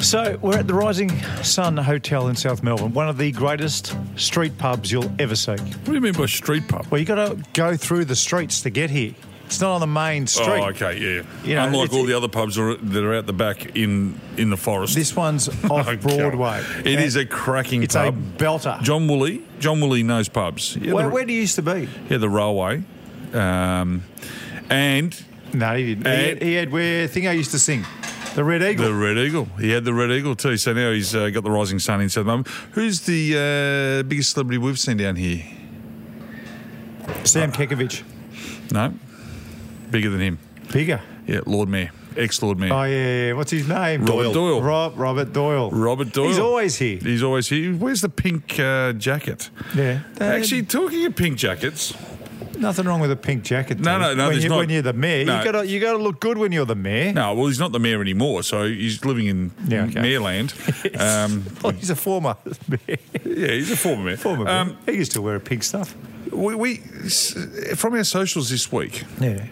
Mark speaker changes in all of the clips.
Speaker 1: So we're at the Rising Sun Hotel in South Melbourne, one of the greatest street pubs you'll ever see.
Speaker 2: What do you mean by street pub?
Speaker 1: Well, you got to go through the streets to get here. It's not on the main street.
Speaker 2: Oh, okay, yeah.
Speaker 1: You know,
Speaker 2: Unlike
Speaker 1: it's-
Speaker 2: all the other pubs are, that are out the back in in the forest.
Speaker 1: This one's off
Speaker 2: Okay.
Speaker 1: Broadway.
Speaker 2: It is a cracking
Speaker 1: It's
Speaker 2: pub.
Speaker 1: a belter.
Speaker 2: John Woolley. John Woolley knows pubs. Yeah,
Speaker 1: where,
Speaker 2: the,
Speaker 1: where do you used to be?
Speaker 2: yeah, the railway. Um, and
Speaker 1: No, he didn't. He had,
Speaker 2: And-
Speaker 1: he had where thing I used to sing, the Red Eagle.
Speaker 2: the Red Eagle. He had the Red Eagle too. So now he's uh, got the Rising Sun in South Melbourne. Who's the uh, biggest celebrity we've seen down here?
Speaker 1: Sam Kekovich,
Speaker 2: No, bigger than him.
Speaker 1: bigger.
Speaker 2: Yeah, Lord Mayor, ex Lord Mayor.
Speaker 1: Oh yeah, yeah, what's his name?
Speaker 2: Robert Doyle. Doyle.
Speaker 1: Rob Robert Doyle.
Speaker 2: Robert Doyle.
Speaker 1: He's always here.
Speaker 2: He's always here. Where's the pink uh, jacket?
Speaker 1: Yeah.
Speaker 2: Actually, talking of pink jackets,
Speaker 1: Nothing wrong with a pink jacket.
Speaker 2: No,
Speaker 1: dude.
Speaker 2: no, no,
Speaker 1: When,
Speaker 2: there's
Speaker 1: you,
Speaker 2: not.
Speaker 1: when you're the mayor,
Speaker 2: No.
Speaker 1: you gotta you gotta look good when you're the mayor.
Speaker 2: no, well, he's not the mayor anymore, so he's living in
Speaker 1: Yeah, okay.
Speaker 2: Mayorland. Um,
Speaker 1: Well, he's a former mayor.
Speaker 2: yeah, he's a former mayor.
Speaker 1: former mayor.
Speaker 2: Um,
Speaker 1: he used to wear pink stuff.
Speaker 2: we, we s- from our socials this week,
Speaker 1: Yeah.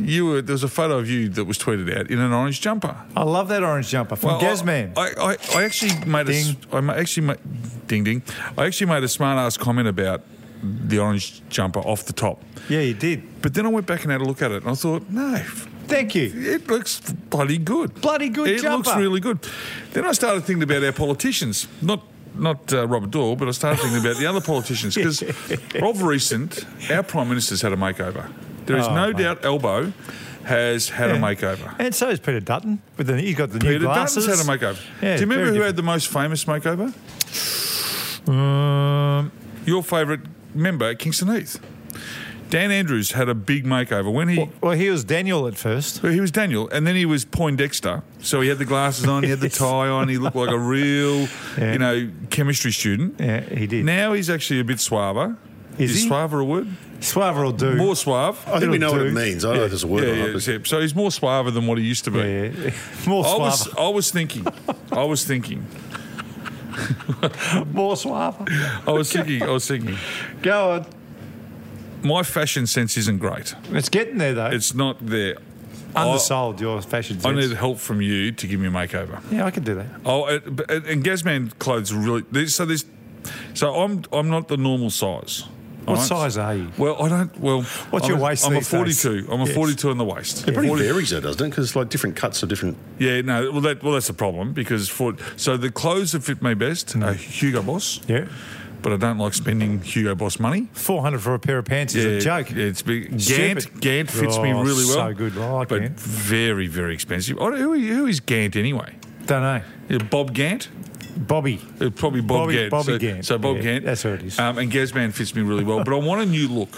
Speaker 2: you were there was a photo of you that was tweeted out in an orange jumper.
Speaker 1: I love that orange jumper from
Speaker 2: Well,
Speaker 1: Gazman.
Speaker 2: I, I, I actually made a s-
Speaker 1: Ding.
Speaker 2: I ma- actually ma- ding ding. I actually made a smart ass comment about the orange jumper off the top.
Speaker 1: yeah, you did.
Speaker 2: But then I went back and had a look at it, and I thought, no,
Speaker 1: Thank you.
Speaker 2: it looks bloody good.
Speaker 1: Bloody good
Speaker 2: It
Speaker 1: jumper.
Speaker 2: looks really good. Then I started thinking about our politicians, not not uh, Robert Doyle, but I started thinking about the other politicians because of recent, our prime minister's had a makeover. There
Speaker 1: Oh,
Speaker 2: is no doubt Elbow has had a makeover.
Speaker 1: And so is Peter Dutton. But then he's got the new
Speaker 2: Peter
Speaker 1: glasses.
Speaker 2: Dutton's had a makeover.
Speaker 1: Yeah,
Speaker 2: Do you remember
Speaker 1: very
Speaker 2: who had the most famous makeover?
Speaker 1: Um,
Speaker 2: Your favourite member at Kingston Heath. Dan Andrews had a big makeover when he
Speaker 1: well, he was Daniel at first.
Speaker 2: Well, he was Daniel, and then he was Poindexter. So he had the glasses on, he had the
Speaker 1: Yes.
Speaker 2: tie on, he looked like a real,
Speaker 1: Yeah.
Speaker 2: you know, chemistry student.
Speaker 1: Yeah, he did.
Speaker 2: Now he's actually a bit suaver.
Speaker 1: Is he? Oh,
Speaker 2: suaver a word?
Speaker 1: Suave will do.
Speaker 2: More suave.
Speaker 3: I think we know
Speaker 1: It'll
Speaker 3: what
Speaker 1: do.
Speaker 3: it means. I don't know if there's a
Speaker 2: Yeah,
Speaker 3: word
Speaker 2: yeah,
Speaker 3: or not. but-
Speaker 2: yeah. So he's more suaver than what he used to be.
Speaker 1: Yeah, yeah. More
Speaker 2: I
Speaker 1: suave.
Speaker 2: was, I was thinking, I was thinking,
Speaker 1: More suave.
Speaker 2: I was thinking, I was thinking.
Speaker 1: Go on.
Speaker 2: My fashion sense isn't great.
Speaker 1: It's getting there though.
Speaker 2: It's not there. I-
Speaker 1: undersold your fashion
Speaker 2: I
Speaker 1: sense.
Speaker 2: need help from you to give me a makeover.
Speaker 1: yeah, I can do that.
Speaker 2: Oh, uh, but- and, and Gazman clothes are really. There's, so there's, so I'm I'm not the normal size.
Speaker 1: What
Speaker 2: alright?
Speaker 1: size are you?
Speaker 2: Well, I don't. Well,
Speaker 1: What's
Speaker 2: I'm
Speaker 1: your
Speaker 2: a-
Speaker 1: waist
Speaker 2: I'm a
Speaker 1: these days?
Speaker 2: 42. I'm a
Speaker 1: Yes.
Speaker 2: 42 on the waist.
Speaker 3: It pretty varies though, doesn't it? Because like different cuts are different.
Speaker 2: Yeah, no. Well, that well that's the problem because for so the clothes that fit me best are Hugo Boss.
Speaker 1: Mm. Yeah.
Speaker 2: But I don't like spending Hugo Boss money.
Speaker 1: Four hundred for a pair of pants is
Speaker 2: Yeah,
Speaker 1: a joke.
Speaker 2: yeah, it's big. Gant,
Speaker 1: Stupid.
Speaker 2: Gant fits me
Speaker 1: Oh,
Speaker 2: really well.
Speaker 1: so good. I like
Speaker 2: but
Speaker 1: Gant.
Speaker 2: very, very expensive. I don't, who, who is Gant anyway?
Speaker 1: Don't know.
Speaker 2: Yeah, Bob Gant.
Speaker 1: Bobby.
Speaker 2: Uh, Probably Bob
Speaker 1: Bobby-
Speaker 2: Gant.
Speaker 1: Bobby
Speaker 2: so,
Speaker 1: Gant.
Speaker 2: So Bob
Speaker 1: Yeah,
Speaker 2: Gant.
Speaker 1: that's who it is.
Speaker 2: Um, and Gazman fits me really well, but I want a new look.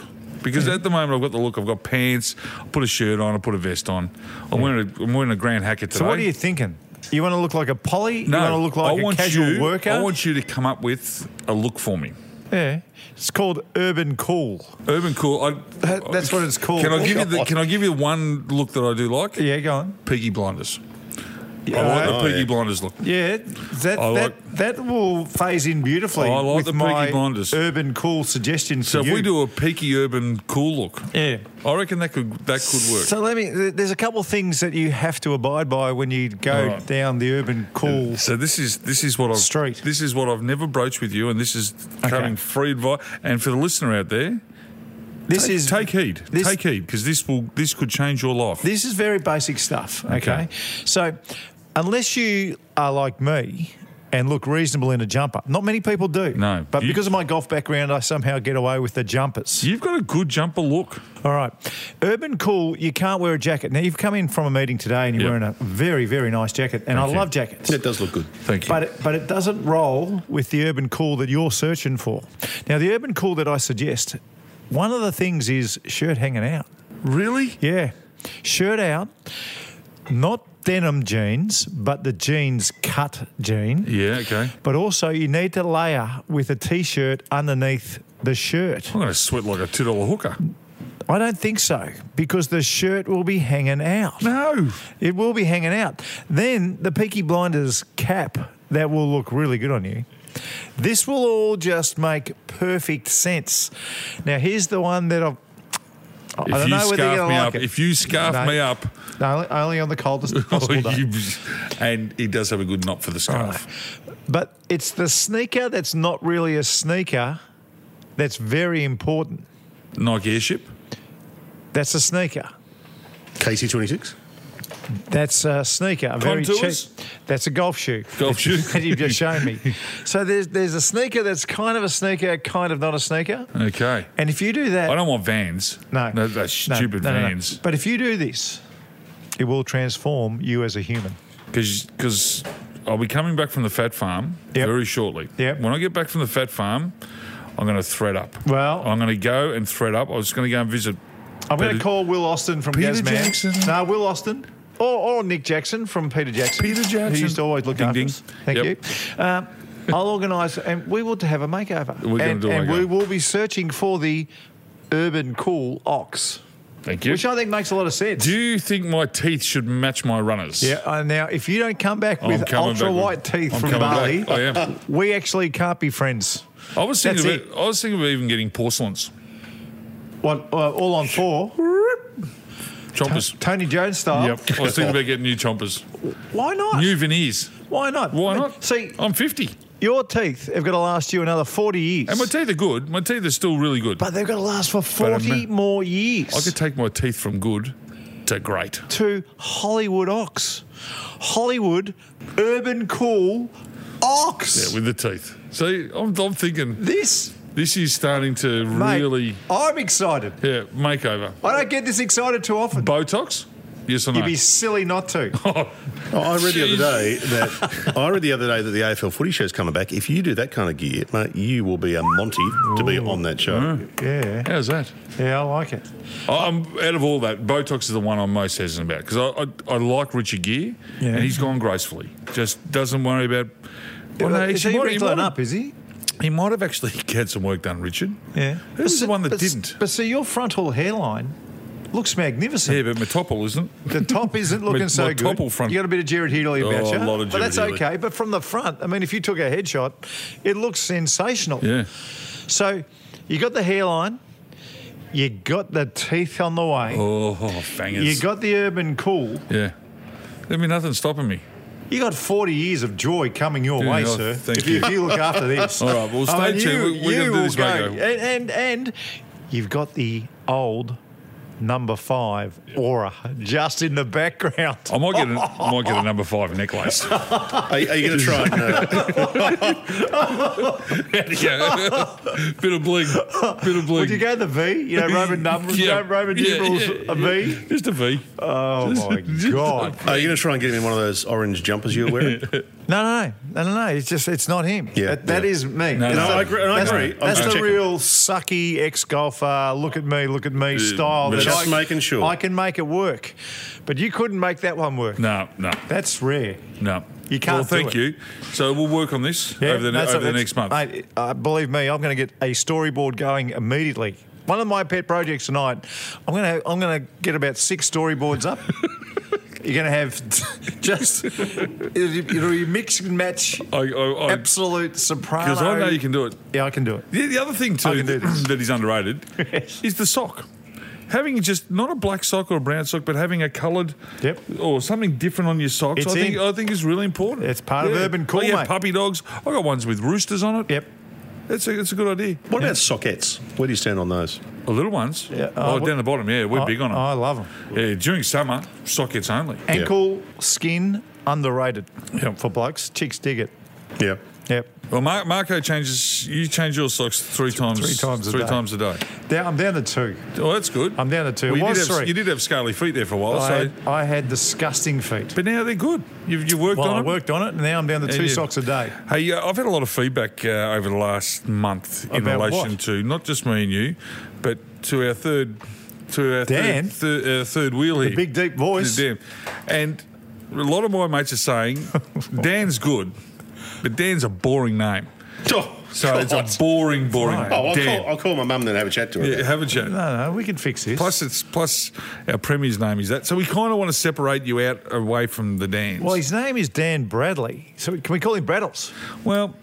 Speaker 2: Because at the moment I've got the look, I've got pants, I put a shirt on, I put a vest on. I'm, wearing, a, I'm wearing a Grand Hacker today.
Speaker 1: So what are you thinking? You want to look like a poly? you want to look like
Speaker 2: I
Speaker 1: a
Speaker 2: want
Speaker 1: casual
Speaker 2: you,
Speaker 1: worker?
Speaker 2: I want you to come up with a look for me.
Speaker 1: yeah. It's called urban cool.
Speaker 2: Urban cool. I,
Speaker 1: That- that's what it's called.
Speaker 2: Can I give you
Speaker 1: Oh,
Speaker 2: the, Can I give you one look that I do like?
Speaker 1: Yeah, go on.
Speaker 2: Peaky Blinders. I like
Speaker 1: Uh,
Speaker 2: the
Speaker 3: Oh,
Speaker 2: Peaky
Speaker 3: yeah.
Speaker 2: Blinders look.
Speaker 1: yeah, that, that,
Speaker 2: I like-
Speaker 1: that will phase in beautifully
Speaker 2: I like
Speaker 1: with
Speaker 2: the Peaky
Speaker 1: my
Speaker 2: Blinders.
Speaker 1: urban cool suggestion
Speaker 2: So
Speaker 1: for
Speaker 2: if
Speaker 1: you.
Speaker 2: we do a Peaky Urban cool look,
Speaker 1: Yeah.
Speaker 2: I reckon that could that could work.
Speaker 1: So let me. th- There's a couple of things that you have to abide by when you go
Speaker 2: Alright.
Speaker 1: down the urban cool.
Speaker 2: So this is this is what I've
Speaker 1: Straight.
Speaker 2: This is what I've never broached with you, and this is coming free advice. And for the listener out there,
Speaker 1: This
Speaker 2: take,
Speaker 1: is
Speaker 2: take heed,
Speaker 1: this-
Speaker 2: take heed, because this will this could change your life.
Speaker 1: This is very basic stuff. Okay?
Speaker 2: Okay.
Speaker 1: So, unless you are like me and look reasonable in a jumper, not many people do.
Speaker 2: No.
Speaker 1: But
Speaker 2: You-
Speaker 1: because of my golf background, I somehow get away with the jumpers.
Speaker 2: You've got a good jumper look.
Speaker 1: All right. Urban cool, you can't wear a jacket. Now, you've come in from a meeting today and you're
Speaker 2: Yep.
Speaker 1: wearing a very, very nice jacket. And I
Speaker 2: you.
Speaker 1: love jackets.
Speaker 3: It does look good.
Speaker 2: Thank you.
Speaker 1: But it, but it doesn't roll with the urban cool that you're searching for. Now, the urban cool that I suggest, one of the things is shirt hanging out.
Speaker 2: really,
Speaker 1: Yeah. Shirt out, not denim jeans, but the jeans cut jean.
Speaker 2: yeah, okay.
Speaker 1: But also, you need to layer with a t shirt underneath the shirt.
Speaker 2: I'm going to sweat like a two dollar hooker.
Speaker 1: I don't think so, because the shirt will be hanging out.
Speaker 2: No,
Speaker 1: It will be hanging out. Then the Peaky Blinders cap, that will look really good on you. This will all just make perfect sense. Now, here's the one that I've. I
Speaker 2: If
Speaker 1: don't
Speaker 2: you
Speaker 1: know whether you're
Speaker 2: scarf
Speaker 1: gonna
Speaker 2: me
Speaker 1: like
Speaker 2: up, Oh,
Speaker 1: it.
Speaker 2: if you scarf
Speaker 1: No.
Speaker 2: me up,
Speaker 1: No, only on the coldest possible day.
Speaker 2: you, and he does have a good knot for the scarf.
Speaker 1: But it's the sneaker that's not really a sneaker that's very important.
Speaker 2: Nike Airship.
Speaker 1: That's a sneaker.
Speaker 3: KC twenty six.
Speaker 1: That's a sneaker, a very
Speaker 2: Contours?
Speaker 1: cheap. That's a golf shoe.
Speaker 2: Golf shoe.
Speaker 1: that you've just shown me. So there's there's a sneaker that's kind of a sneaker, kind of not a sneaker.
Speaker 2: Okay.
Speaker 1: And if you do that,
Speaker 2: I don't want Vans.
Speaker 1: no,
Speaker 2: no that's
Speaker 1: No,
Speaker 2: stupid
Speaker 1: no, no, no.
Speaker 2: Vans.
Speaker 1: But if you do this, it will transform you as a human.
Speaker 2: because I'll be coming back from the fat farm
Speaker 1: Yep.
Speaker 2: very shortly.
Speaker 1: Yep.
Speaker 2: When I get back from the fat farm, I'm going to thread up.
Speaker 1: Well-
Speaker 2: I'm going to go and thread up. I was going to go and visit.
Speaker 1: I'm going
Speaker 2: Peter-
Speaker 1: to call Will Austin from
Speaker 2: Peter
Speaker 1: Gazman.
Speaker 2: Jackson.
Speaker 1: No, Will Austin. Or, or Nick Jackson from Peter Jackson.
Speaker 2: Peter Jackson.
Speaker 1: Who used to always look
Speaker 2: Ding,
Speaker 1: after
Speaker 2: ding.
Speaker 1: us. Thank
Speaker 2: Yep.
Speaker 1: you. Um, I'll organise, and we will have a makeover.
Speaker 2: We're gonna
Speaker 1: and
Speaker 2: do a
Speaker 1: and we
Speaker 2: makeover.
Speaker 1: will be searching for the urban cool ox,
Speaker 2: Thank you.
Speaker 1: which I think makes a lot of sense.
Speaker 2: Do you think my teeth should match my runners?
Speaker 1: yeah, uh, now, if you don't come back
Speaker 2: I'm
Speaker 1: with
Speaker 2: coming back
Speaker 1: ultra
Speaker 2: with-
Speaker 1: white teeth
Speaker 2: I'm
Speaker 1: from
Speaker 2: coming back. Oh,
Speaker 1: Bali,
Speaker 2: I am.
Speaker 1: we actually can't be friends.
Speaker 2: I was thinking.
Speaker 1: That's
Speaker 2: About, I was thinking of even getting porcelains,
Speaker 1: What, uh, all on four,
Speaker 2: chompers.
Speaker 1: Tony Jones style.
Speaker 2: Yep. I was thinking about getting new chompers,
Speaker 1: Why not?
Speaker 2: new veneers.
Speaker 1: Why not?
Speaker 2: Why not?
Speaker 1: See,
Speaker 2: I'm 50,
Speaker 1: your teeth have got to last you another 40 years.
Speaker 2: and my teeth are good. My teeth are still really good.
Speaker 1: But they've got to last for
Speaker 2: a
Speaker 1: 40
Speaker 2: mi-
Speaker 1: more years
Speaker 2: I could take my teeth from good to great.
Speaker 1: to Hollywood Ox. Hollywood Urban Cool Ox.
Speaker 2: Yeah, with the teeth. See, I'm, I'm thinking
Speaker 1: this,
Speaker 2: this is starting to
Speaker 1: mate,
Speaker 2: really
Speaker 1: I'm excited.
Speaker 2: yeah makeover.
Speaker 1: I don't get this excited too often.
Speaker 2: Botox? Yes or no?
Speaker 1: You'd be silly not to.
Speaker 3: Oh, I read the other day that I read the other day that the AFL footy show's coming back. If you do that kind of gear, mate, you will be a Monty to be on that show.
Speaker 1: yeah,
Speaker 2: How's that?
Speaker 1: yeah, I like it.
Speaker 2: I- I'm out of all that. Botox is the one I'm most hesitant about because I, I I like Richard Gere
Speaker 1: Yeah.
Speaker 2: and he's gone gracefully. Just doesn't worry about. Well, no,
Speaker 1: is
Speaker 2: actually,
Speaker 1: he
Speaker 2: might- he, might
Speaker 1: wrinkling
Speaker 2: have-
Speaker 1: up, is he?
Speaker 2: he might have actually had some work done, Richard.
Speaker 1: Yeah.
Speaker 2: Who's
Speaker 1: But
Speaker 2: the
Speaker 1: see-
Speaker 2: one that
Speaker 1: but,
Speaker 2: didn't?
Speaker 1: But see, your frontal hairline looks magnificent.
Speaker 2: Yeah, but Metopol isn't.
Speaker 1: The top isn't looking
Speaker 2: My-
Speaker 1: so
Speaker 2: my
Speaker 1: good.
Speaker 2: topple front-
Speaker 1: You got a bit of Jared Healy about
Speaker 2: Oh,
Speaker 1: you,
Speaker 2: a lot of
Speaker 1: but that's
Speaker 2: Jared Healy.
Speaker 1: okay. But from the front, I mean, if you took a headshot, it looks sensational.
Speaker 2: Yeah.
Speaker 1: So you got the hairline, you got the teeth on the way,
Speaker 2: Oh, oh fangers.
Speaker 1: you got the urban cool,
Speaker 2: yeah. There'd be nothing stopping me.
Speaker 1: you got forty years of joy coming your
Speaker 2: Yeah,
Speaker 1: way,
Speaker 2: oh,
Speaker 1: sir.
Speaker 2: thank
Speaker 1: if you,
Speaker 2: you.
Speaker 1: if you look after this,
Speaker 2: All right, well,
Speaker 1: I
Speaker 2: stay
Speaker 1: mean,
Speaker 2: tuned.
Speaker 1: you-
Speaker 2: We- we're gonna
Speaker 1: you
Speaker 2: do this
Speaker 1: will
Speaker 2: radio.
Speaker 1: go. and, and and you've got the old. Number five aura just in the background.
Speaker 2: I might get a, I might get a number five necklace.
Speaker 3: Are, are you going to try and uh,
Speaker 2: yeah. bit of bling. Bit of bling.
Speaker 1: Would you go the V? You know, Roman numbers,
Speaker 2: Yeah.
Speaker 1: Roman
Speaker 2: Yeah,
Speaker 1: numerals,
Speaker 2: yeah,
Speaker 1: a V?
Speaker 2: Just a V.
Speaker 1: Oh my God.
Speaker 3: are you going to try and get him in one of those orange jumpers you were wearing?
Speaker 1: No, no, no, no, no, no. It's just, it's not him.
Speaker 3: Yeah,
Speaker 1: That, that
Speaker 3: yeah.
Speaker 1: is me.
Speaker 2: No,
Speaker 1: That's
Speaker 2: no,
Speaker 1: the-
Speaker 2: I
Speaker 3: agree- and I
Speaker 1: that's-
Speaker 3: agree. I'm
Speaker 1: That's
Speaker 3: just
Speaker 1: the
Speaker 3: checking.
Speaker 1: real sucky ex golfer, look at me, look at me style. that
Speaker 3: just
Speaker 1: I-
Speaker 3: making sure.
Speaker 1: I can make it work. But you couldn't make that one work.
Speaker 2: No, no,
Speaker 1: That's rare.
Speaker 2: no.
Speaker 1: You can't
Speaker 2: Well,
Speaker 1: do
Speaker 2: thank
Speaker 1: it.
Speaker 2: you. So we'll work on this
Speaker 1: Yeah,
Speaker 2: over the, ne-
Speaker 1: that's-
Speaker 2: over the
Speaker 1: that's-
Speaker 2: next month.
Speaker 1: Mate, uh, believe me, I'm going to get a storyboard going immediately. One of my pet projects tonight, I'm going to I'm going to get about six storyboards up. You're going to have just it'll, it'll be mix and match,
Speaker 2: I, Oh, I, I,
Speaker 1: absolute soprano.
Speaker 2: because I know you can do it.
Speaker 1: Yeah, I can do it.
Speaker 2: The, the other thing too
Speaker 1: can do this.
Speaker 2: that is underrated is the sock. Having just not a black sock or a brown sock, but having a coloured
Speaker 1: Yep.
Speaker 2: or something different on your socks,
Speaker 1: It's
Speaker 2: I think
Speaker 1: in.
Speaker 2: I think is really important.
Speaker 1: It's part of urban cool,
Speaker 2: Like you have
Speaker 1: mate.
Speaker 2: puppy dogs. I got ones with roosters on it.
Speaker 1: Yep.
Speaker 2: that's a, that's a good idea.
Speaker 3: What about sockets? Where do you stand on those?
Speaker 2: The little ones.
Speaker 1: Yeah,
Speaker 2: oh,
Speaker 1: uh,
Speaker 2: down the bottom. Yeah, we're
Speaker 1: I-
Speaker 2: big on them.
Speaker 1: I love them.
Speaker 2: yeah, during summer, sockets only.
Speaker 1: Ankle, skin, underrated
Speaker 2: Yep.
Speaker 1: for blokes. Chicks dig it.
Speaker 3: Yeah.
Speaker 1: Yep.
Speaker 2: Well, Mar- Marco changes. You change your socks three times.
Speaker 1: Three times a
Speaker 2: three
Speaker 1: day.
Speaker 2: times a day.
Speaker 1: Down, I'm down to two.
Speaker 2: Oh, that's good.
Speaker 1: I'm down to two.
Speaker 2: Well, you,
Speaker 1: It was
Speaker 2: did have,
Speaker 1: three.
Speaker 2: you did have scaly feet there for a while,
Speaker 1: I
Speaker 2: so.
Speaker 1: had, I had disgusting feet.
Speaker 2: but now they're good. You've, you worked
Speaker 1: Well,
Speaker 2: on
Speaker 1: I
Speaker 2: it.
Speaker 1: worked on it, and now I'm down to two
Speaker 2: yeah.
Speaker 1: socks a day.
Speaker 2: Hey, uh, I've had a lot of feedback uh, over the last month in
Speaker 1: About
Speaker 2: relation
Speaker 1: what?
Speaker 2: to not just me and you, but to our third, to our
Speaker 1: Dan?
Speaker 2: third, thir- uh, third wheel here,
Speaker 1: big, deep voice.
Speaker 2: To Dan. and a lot of my mates are saying Dan's good, but Dan's a boring name.
Speaker 3: Oh,
Speaker 2: So
Speaker 3: God.
Speaker 2: it's a boring, boring name.
Speaker 3: Oh, I'll
Speaker 2: Dan.
Speaker 3: call, I'll call my mum and then have a chat to her.
Speaker 2: Yeah, have a chat.
Speaker 1: No, no, we can fix this.
Speaker 2: Plus, it's plus our premier's name is that. So we kind of want to separate you out away from the Dans.
Speaker 1: well, his name is Dan Bradley, so can we call him Braddles?
Speaker 2: Well,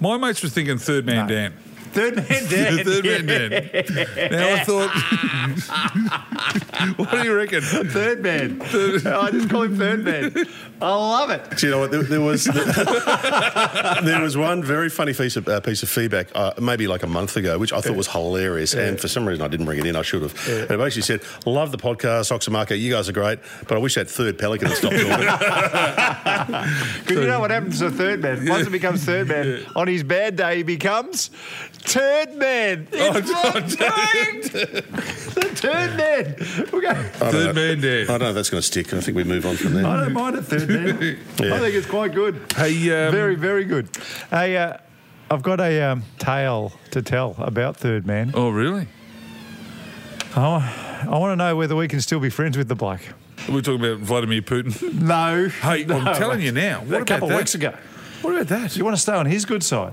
Speaker 2: my mates were thinking third man
Speaker 1: No.
Speaker 2: Dan.
Speaker 1: Third man down.
Speaker 2: The third man down. Now I thought, what do you reckon?
Speaker 1: Third man. I just call him third man. I love it.
Speaker 3: Do you know what? There, there was there was one very funny piece of uh, piece of feedback, uh, maybe like a month ago, which I thought was hilarious. And for some reason, I didn't bring it in. I should have. And it basically said, "Love the podcast, Oxamaka. You guys are great, but I wish that third pelican had stopped talking."
Speaker 1: Because you know what happens to third man? Once it becomes third man, on his bad day, he becomes turd man. It's
Speaker 2: Oh,
Speaker 1: right, The turd man. We're going,
Speaker 2: Third man
Speaker 3: I
Speaker 2: down.
Speaker 3: don't know if that's going to stick. I think we move on from
Speaker 1: I
Speaker 3: there.
Speaker 1: don't mind a third man. I think it's quite good.
Speaker 2: Hey, um,
Speaker 1: very, very good. Hey, uh, I've got a um, tale to tell about third man.
Speaker 2: Oh, really?
Speaker 1: I want to know whether we can still be friends with the bloke.
Speaker 2: We're talking about Vladimir Putin.
Speaker 1: No.
Speaker 2: Hey, I'm telling you now. What
Speaker 1: a
Speaker 2: about
Speaker 1: couple
Speaker 2: that?
Speaker 1: of weeks ago.
Speaker 2: What about that?
Speaker 1: You want to stay on his good side?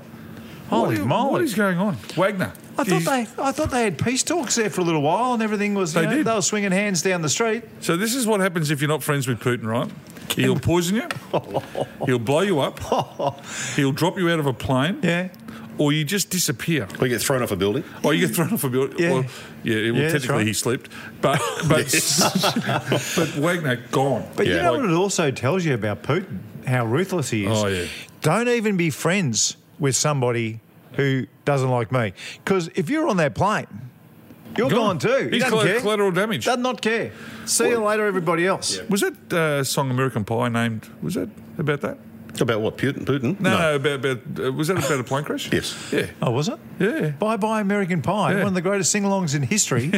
Speaker 2: What
Speaker 1: Holy
Speaker 2: are you-
Speaker 1: moly!
Speaker 2: What is going on? Wagner.
Speaker 1: I
Speaker 2: Do
Speaker 1: thought
Speaker 2: you-
Speaker 1: they, I thought they had peace talks there for a little while, and everything was. They
Speaker 2: They did.
Speaker 1: They were swinging hands down the street.
Speaker 2: So this is what happens if you're not friends with Putin, right? He'll poison you. He'll blow you up. He'll drop you out of a plane.
Speaker 1: Yeah.
Speaker 2: Or you just disappear.
Speaker 3: We get thrown off a building.
Speaker 2: Or you get thrown off a building.
Speaker 1: Yeah.
Speaker 2: Well, yeah, well
Speaker 1: Yeah, that's
Speaker 2: technically
Speaker 1: right.
Speaker 2: he slept. But but, but Wagner gone.
Speaker 1: But you
Speaker 3: Yeah.
Speaker 1: know
Speaker 2: Like-
Speaker 1: what it also tells you about Putin, how ruthless he is.
Speaker 2: Oh, yeah.
Speaker 1: Don't even be friends with somebody who doesn't like me, because if you're on that plane, you're gone,
Speaker 2: Gone.
Speaker 1: too. He
Speaker 2: He's
Speaker 1: doesn't
Speaker 2: colla-
Speaker 1: care.
Speaker 2: collateral damage.
Speaker 1: Does not care. See you later, everybody else.
Speaker 2: was that uh, song American Pie named? Was that about that?
Speaker 3: About what? Putin? Putin?
Speaker 2: No, no. about, about uh, was that about a plane crash?
Speaker 3: Yes.
Speaker 2: Yeah.
Speaker 1: Oh, was it?
Speaker 2: Yeah.
Speaker 1: Bye Bye American Pie,
Speaker 2: Yeah.
Speaker 1: one of the greatest sing-alongs in history,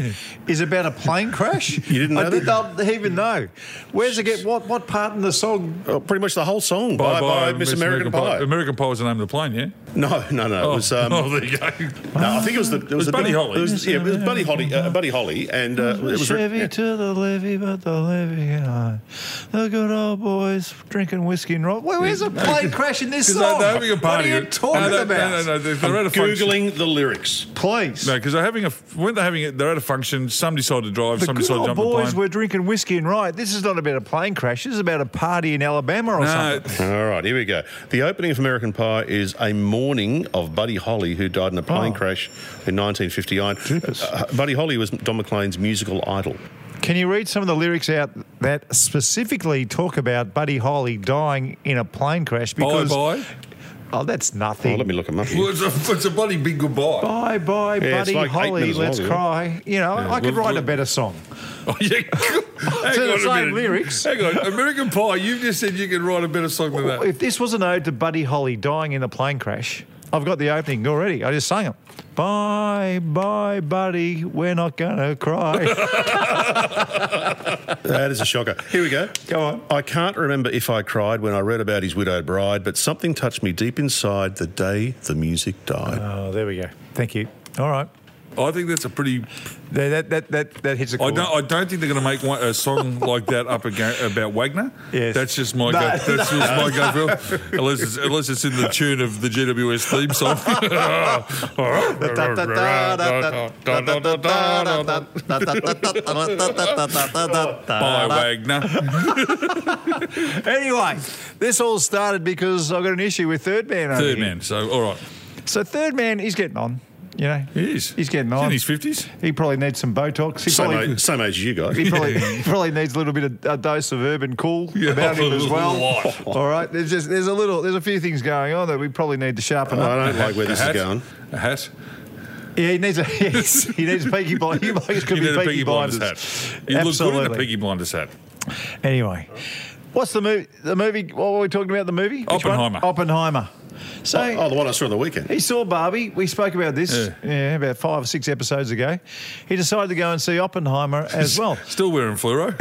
Speaker 1: is about a plane crash.
Speaker 3: You didn't
Speaker 1: I
Speaker 3: know
Speaker 1: did not even know. Where's it get what what part in the song?
Speaker 3: Oh, pretty much the whole song. Bye bye, Miss American, Pie.
Speaker 2: American Pie was the name of the plane, yeah.
Speaker 3: No, no, no. It was. Um,
Speaker 2: oh, there you go.
Speaker 3: No, I think it was the. It was, the
Speaker 2: Buddy
Speaker 3: big-
Speaker 2: Holly.
Speaker 3: It was, yeah, it was Buddy Holly. Uh, Buddy Holly, and uh, it was.
Speaker 1: Chevy
Speaker 3: yeah.
Speaker 1: to the levee, but the levee and I, the good old boys drinking whiskey and rock. Where is a plane crash in this
Speaker 2: Because they-
Speaker 1: song?
Speaker 2: they're having a
Speaker 1: what are
Speaker 2: party.
Speaker 1: you talking
Speaker 2: no, no,
Speaker 1: about?
Speaker 2: No, no, no. They're, they're at a function.
Speaker 3: Googling the lyrics.
Speaker 1: Please.
Speaker 2: No, because they're having a. Weren't they having? A, they're at a function. Some decided to drive.
Speaker 1: The
Speaker 2: some
Speaker 1: good
Speaker 2: decided to
Speaker 1: old
Speaker 2: jump the
Speaker 1: boys
Speaker 2: plane.
Speaker 1: were drinking whiskey and riot. This is not about a plane crash. This is about a party in Alabama or
Speaker 2: no,
Speaker 1: something.
Speaker 3: All right, here we go. The opening of American Pie is a mourning of Buddy Holly, who died in a plane
Speaker 1: Oh.
Speaker 3: crash in 1959. Uh, Buddy Holly was Don McLean's musical idol.
Speaker 1: Can you read some of the lyrics out that specifically talk about Buddy Holly dying in a plane crash?
Speaker 2: bye
Speaker 1: Because
Speaker 2: bye.
Speaker 1: oh, that's
Speaker 3: Oh,
Speaker 1: nothing.
Speaker 3: let me look him up.
Speaker 2: Well,
Speaker 3: Here.
Speaker 2: it's, a, it's a bloody big goodbye.
Speaker 1: Bye bye,
Speaker 3: Yeah, it's
Speaker 1: Buddy
Speaker 3: like eight
Speaker 1: Holly,
Speaker 3: minutes
Speaker 1: let's
Speaker 3: long,
Speaker 1: cry. You know, I could
Speaker 2: We'll-
Speaker 1: write a
Speaker 2: we'll-
Speaker 1: better song.
Speaker 2: Oh, yeah. Hang
Speaker 1: the
Speaker 2: on a
Speaker 1: same
Speaker 2: minute.
Speaker 1: lyrics.
Speaker 2: Hang on. American Pie. You've just said you can write a better song than that.
Speaker 1: If this was an ode to Buddy Holly dying in a plane crash, I've got the opening already. I just sang it. Bye bye, Buddy, we're not gonna cry.
Speaker 3: That is a shocker. Here we go.
Speaker 1: Go on.
Speaker 3: I can't remember if I cried when I read about his widowed bride, but something touched me deep inside the day the music died.
Speaker 1: oh, there we go. Thank you. All right.
Speaker 2: I think that's a pretty.
Speaker 1: There- That, that, that, that hits a
Speaker 2: I
Speaker 1: chord.
Speaker 2: don't. I don't think they're going to make one, a song like that up again about Wagner.
Speaker 1: Yes.
Speaker 2: That's just my.
Speaker 1: No,
Speaker 2: go, that's just my go. Phil. Unless it's, unless it's in the tune of the GWS theme song. Bye Wagner.
Speaker 1: Anyway, this all started because I got an issue with Third Man. Over
Speaker 2: Third
Speaker 1: here.
Speaker 2: man. So all right.
Speaker 1: So Third Man, he's getting on. You know,
Speaker 2: He is.
Speaker 1: He's getting
Speaker 2: in
Speaker 1: on.
Speaker 2: his fifties.
Speaker 1: he probably needs some Botox. He
Speaker 3: Same,
Speaker 1: probably,
Speaker 3: age, same age as you guys.
Speaker 1: he probably, he probably needs a little bit of a dose of urban cool
Speaker 2: Yeah,
Speaker 1: about him
Speaker 2: a
Speaker 1: as well.
Speaker 2: lot.
Speaker 1: All right, there's just there's a little there's a few things going on that we probably need to sharpen up.
Speaker 3: I don't like where this is
Speaker 2: hat,
Speaker 3: going.
Speaker 2: A hat.
Speaker 1: Yeah, he needs a yes, he needs peaky blinders. He might- he's
Speaker 2: You
Speaker 1: gonna
Speaker 2: need
Speaker 1: be
Speaker 2: a piggy blinders hat. You look good in a
Speaker 1: Absolutely.
Speaker 2: piggy blinders hat.
Speaker 1: Anyway, what's the movie? The movie? What were we talking about? The movie? Which one?
Speaker 2: Oppenheimer.
Speaker 1: Oppenheimer. So
Speaker 3: Oh, the one I saw on the weekend.
Speaker 1: he saw Barbie. We spoke about this yeah. about five or six episodes ago. He decided to go and see Oppenheimer as well.
Speaker 2: Still wearing fluoro.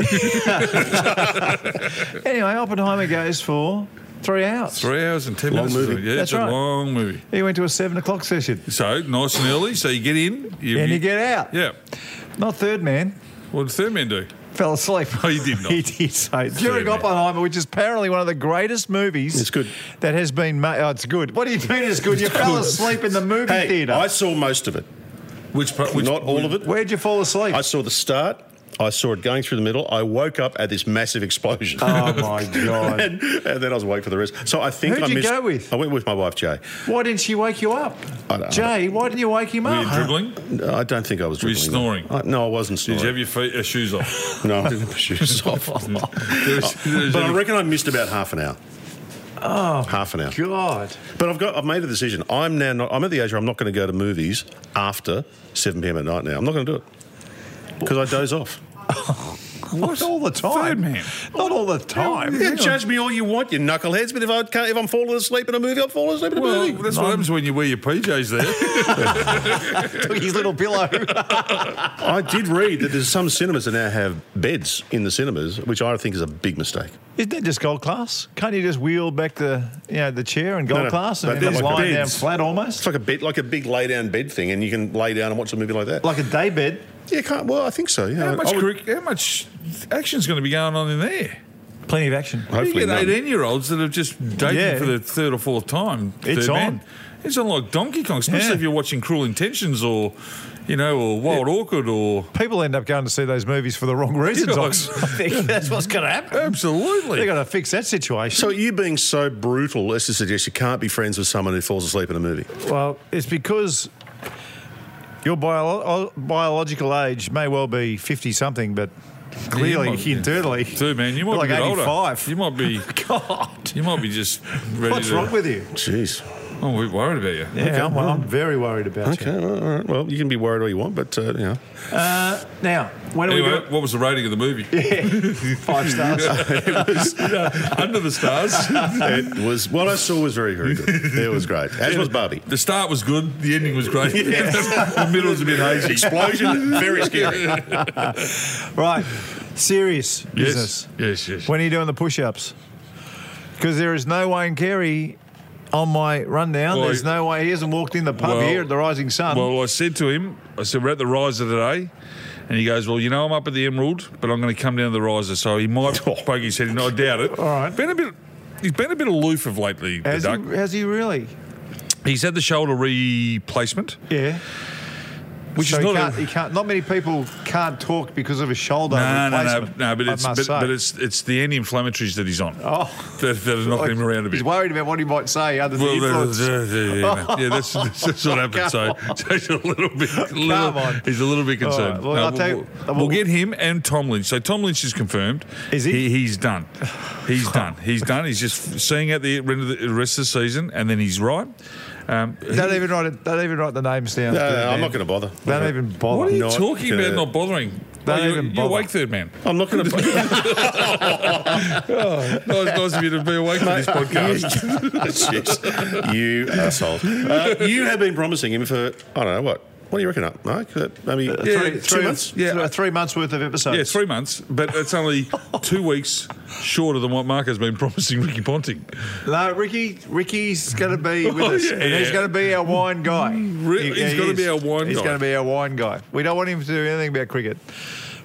Speaker 1: anyway, Oppenheimer goes for three hours.
Speaker 2: Three hours and ten
Speaker 3: Long
Speaker 2: minutes.
Speaker 3: movie.
Speaker 2: Yeah,
Speaker 1: That's
Speaker 2: it's a
Speaker 1: right.
Speaker 2: long movie.
Speaker 1: He went to a seven o'clock session.
Speaker 2: So nice and early. So you get in. You,
Speaker 1: And you get out.
Speaker 2: Yeah.
Speaker 1: Not third man.
Speaker 2: What did third man do?
Speaker 1: Fell asleep.
Speaker 2: Oh, you did not.
Speaker 1: he did. So during
Speaker 2: man.
Speaker 1: Oppenheimer, which is apparently one of the greatest movies.
Speaker 3: It's good.
Speaker 1: That has been made. Oh, it's good. What do you mean it's good? You fell asleep in the movie
Speaker 3: Hey,
Speaker 1: theater.
Speaker 3: I saw most of it.
Speaker 2: Which part? Which,
Speaker 3: Not all of it.
Speaker 1: Where'd you fall asleep?
Speaker 3: I saw the start, I saw it going through the middle. I woke up at this massive explosion.
Speaker 1: Oh, my God.
Speaker 3: and, and then I was awake for the rest. So I think
Speaker 1: Who'd
Speaker 3: I
Speaker 1: you
Speaker 3: missed.
Speaker 1: go with?
Speaker 3: I went with my wife Jay.
Speaker 1: Why didn't she wake you up?
Speaker 3: I don't-
Speaker 1: Jay, why didn't you wake him
Speaker 2: Were you
Speaker 1: up?
Speaker 3: Uh-huh.
Speaker 2: dribbling?
Speaker 3: No, I don't think I was.
Speaker 2: Were you
Speaker 3: dribbling.
Speaker 2: snoring?
Speaker 3: I, no, I wasn't
Speaker 2: Did
Speaker 3: snoring.
Speaker 2: you have your feet, uh, shoes off?
Speaker 3: No, I didn't have my shoes off.
Speaker 2: There's- there's
Speaker 3: but I
Speaker 2: any-
Speaker 3: reckon I missed about half an hour. Oh, half an hour.
Speaker 1: God.
Speaker 3: But I've got. I've made a decision. I'm now. Not, I'm at the age where I'm not going to go to movies after 7 p.m. at night. Now I'm not going to do it because I doze off.
Speaker 1: Not all the time.
Speaker 2: Third man.
Speaker 1: Not all the time.
Speaker 3: Yeah, judge me all you want, you knuckleheads. But if I can't, if I'm falling asleep in a movie, I'm falling asleep in a
Speaker 2: Well,
Speaker 3: movie.
Speaker 2: that's what happens when you wear your PJs there.
Speaker 1: Took his little pillow.
Speaker 3: I did read that there's some cinemas that now have beds in the cinemas, which I think is a big mistake.
Speaker 1: Isn't that just gold class? Can't you just wheel back the you know the chair and gold
Speaker 3: No, no,
Speaker 1: class and
Speaker 3: but
Speaker 1: end up
Speaker 3: there's
Speaker 1: lying down
Speaker 3: beds.
Speaker 1: flat
Speaker 3: It's
Speaker 1: almost?
Speaker 3: like a bed, like a big lay down bed thing, and you can lay down and watch a movie like that.
Speaker 1: Like a day bed.
Speaker 3: yeah, can't. Well, I think so. Yeah,
Speaker 2: How
Speaker 3: I-
Speaker 2: much,
Speaker 3: I would-
Speaker 2: curric- how much action's going to be going on in there?
Speaker 1: Plenty of action.
Speaker 3: Hopefully
Speaker 2: you get
Speaker 3: none.
Speaker 2: 18 year olds that have just dated
Speaker 1: Yeah.
Speaker 2: for the third or fourth time.
Speaker 1: It's
Speaker 2: third
Speaker 1: on.
Speaker 2: man. It's on like Donkey Kong, especially
Speaker 1: Yeah.
Speaker 2: if you're watching Cruel Intentions or, you know, or Wild Orchid or.
Speaker 1: People end up going to see those movies for the wrong reasons.
Speaker 2: Yeah.
Speaker 1: I think that's what's going to happen.
Speaker 2: Absolutely.
Speaker 1: They've got to fix that situation.
Speaker 3: So you being so brutal as to suggest you can't be friends with someone who falls asleep in a movie.
Speaker 1: Well, it's because your bio- biological age may well be 50 something, but clearly
Speaker 2: might-
Speaker 1: internally.
Speaker 2: Too, man. You might
Speaker 1: you're
Speaker 2: be
Speaker 1: like
Speaker 2: a bit
Speaker 1: 85.
Speaker 2: older. You might be.
Speaker 1: God.
Speaker 2: You might be just ready
Speaker 1: What's
Speaker 2: to.
Speaker 1: wrong with you?
Speaker 3: Jeez.
Speaker 2: Oh, we're worried about you.
Speaker 1: Yeah, I'm, I'm very worried about
Speaker 3: Okay. All right. Well, you can be worried all you want, but uh, you know.
Speaker 1: you. Uh, now, when are
Speaker 2: Anyway, what was the rating of the movie?
Speaker 1: we got five stars?
Speaker 2: Under the stars.
Speaker 3: It was what I saw was very, very good. It was great. As was Barbie.
Speaker 2: the start was good. The ending was great. the middle was a bit hazy.
Speaker 3: Explosion, very scary.
Speaker 1: right, serious
Speaker 2: Yes.
Speaker 1: business.
Speaker 2: Yes. Yes.
Speaker 1: When are you doing the push-ups? Because there is no Wayne Carey on my rundown.
Speaker 2: Well,
Speaker 1: There's
Speaker 2: I-
Speaker 1: no way he hasn't walked in the pub
Speaker 2: Well-
Speaker 1: here at the Rising Sun.
Speaker 2: Well, I said to him, I said, we're at the riser today. And he goes, well, you know, I'm up at the Emerald, but I'm going to come down to the riser. So he might poke his head in. I doubt it.
Speaker 1: Oh. All right.
Speaker 2: Been a bit, he's been a bit aloof of lately, the
Speaker 1: has,
Speaker 2: duck.
Speaker 1: he, has he really?
Speaker 2: He's had the shoulder replacement,
Speaker 1: Yeah.
Speaker 2: which
Speaker 1: So
Speaker 2: is
Speaker 1: he
Speaker 2: not
Speaker 1: can't,
Speaker 2: a,
Speaker 1: he can't. Not many people can't talk because of a shoulder
Speaker 2: no, no, no,
Speaker 1: replacement.
Speaker 2: no, but
Speaker 1: I
Speaker 2: it's
Speaker 1: must
Speaker 2: but,
Speaker 1: say.
Speaker 2: but it's it's the anti-inflammatories that he's on
Speaker 1: Oh.
Speaker 2: that, that are knocking him around a bit.
Speaker 1: He's worried about what he might say under the
Speaker 2: Well,
Speaker 1: influence.
Speaker 2: yeah, yeah, that's, that's what happened. So, so he's a little bit, little,
Speaker 1: on.
Speaker 2: he's a little bit concerned. Uh,
Speaker 1: All right, well, I'll tell you-
Speaker 2: we'll, we'll get him and Tom Lynch. So Tom Lynch is confirmed.
Speaker 1: Is he?
Speaker 2: he's done. He's dun. He's done. He's just seeing out the rest of the, rest of the season, and then he's right. Um,
Speaker 1: Don't even write it. Don't even write the names down.
Speaker 3: No, no, Uh, I'm not going to bother.
Speaker 1: Don't even bother.
Speaker 2: what are you
Speaker 3: Not
Speaker 2: talking about?
Speaker 3: gonna-
Speaker 2: Not bothering.
Speaker 1: Don't
Speaker 2: you,
Speaker 1: even
Speaker 2: you
Speaker 1: bother.
Speaker 2: awake, third man.
Speaker 3: I'm not going to.
Speaker 2: nice, nice of you to be awake for this podcast.
Speaker 3: Jeez. you asshole. Uh, you have been promising him for I don't know what. What do you reckon, Mark? Uh, Maybe
Speaker 2: Yeah,
Speaker 3: two
Speaker 1: three, three,
Speaker 3: months.
Speaker 1: Yeah,
Speaker 2: Yeah.
Speaker 1: three months worth of episodes.
Speaker 2: Yeah, three months, but it's only two weeks shorter than what Mark has been promising Ricky Ponting.
Speaker 1: No, Ricky. Ricky's going to be with
Speaker 2: Oh,
Speaker 1: us.
Speaker 2: yeah,
Speaker 1: and He's
Speaker 2: yeah. Mm,
Speaker 1: going to be our wine guy.
Speaker 2: Re- he's
Speaker 1: he
Speaker 2: gonna
Speaker 1: is.
Speaker 2: be our wine
Speaker 1: He's
Speaker 2: guy.
Speaker 1: going to be our wine guy. We don't want him to do anything about cricket.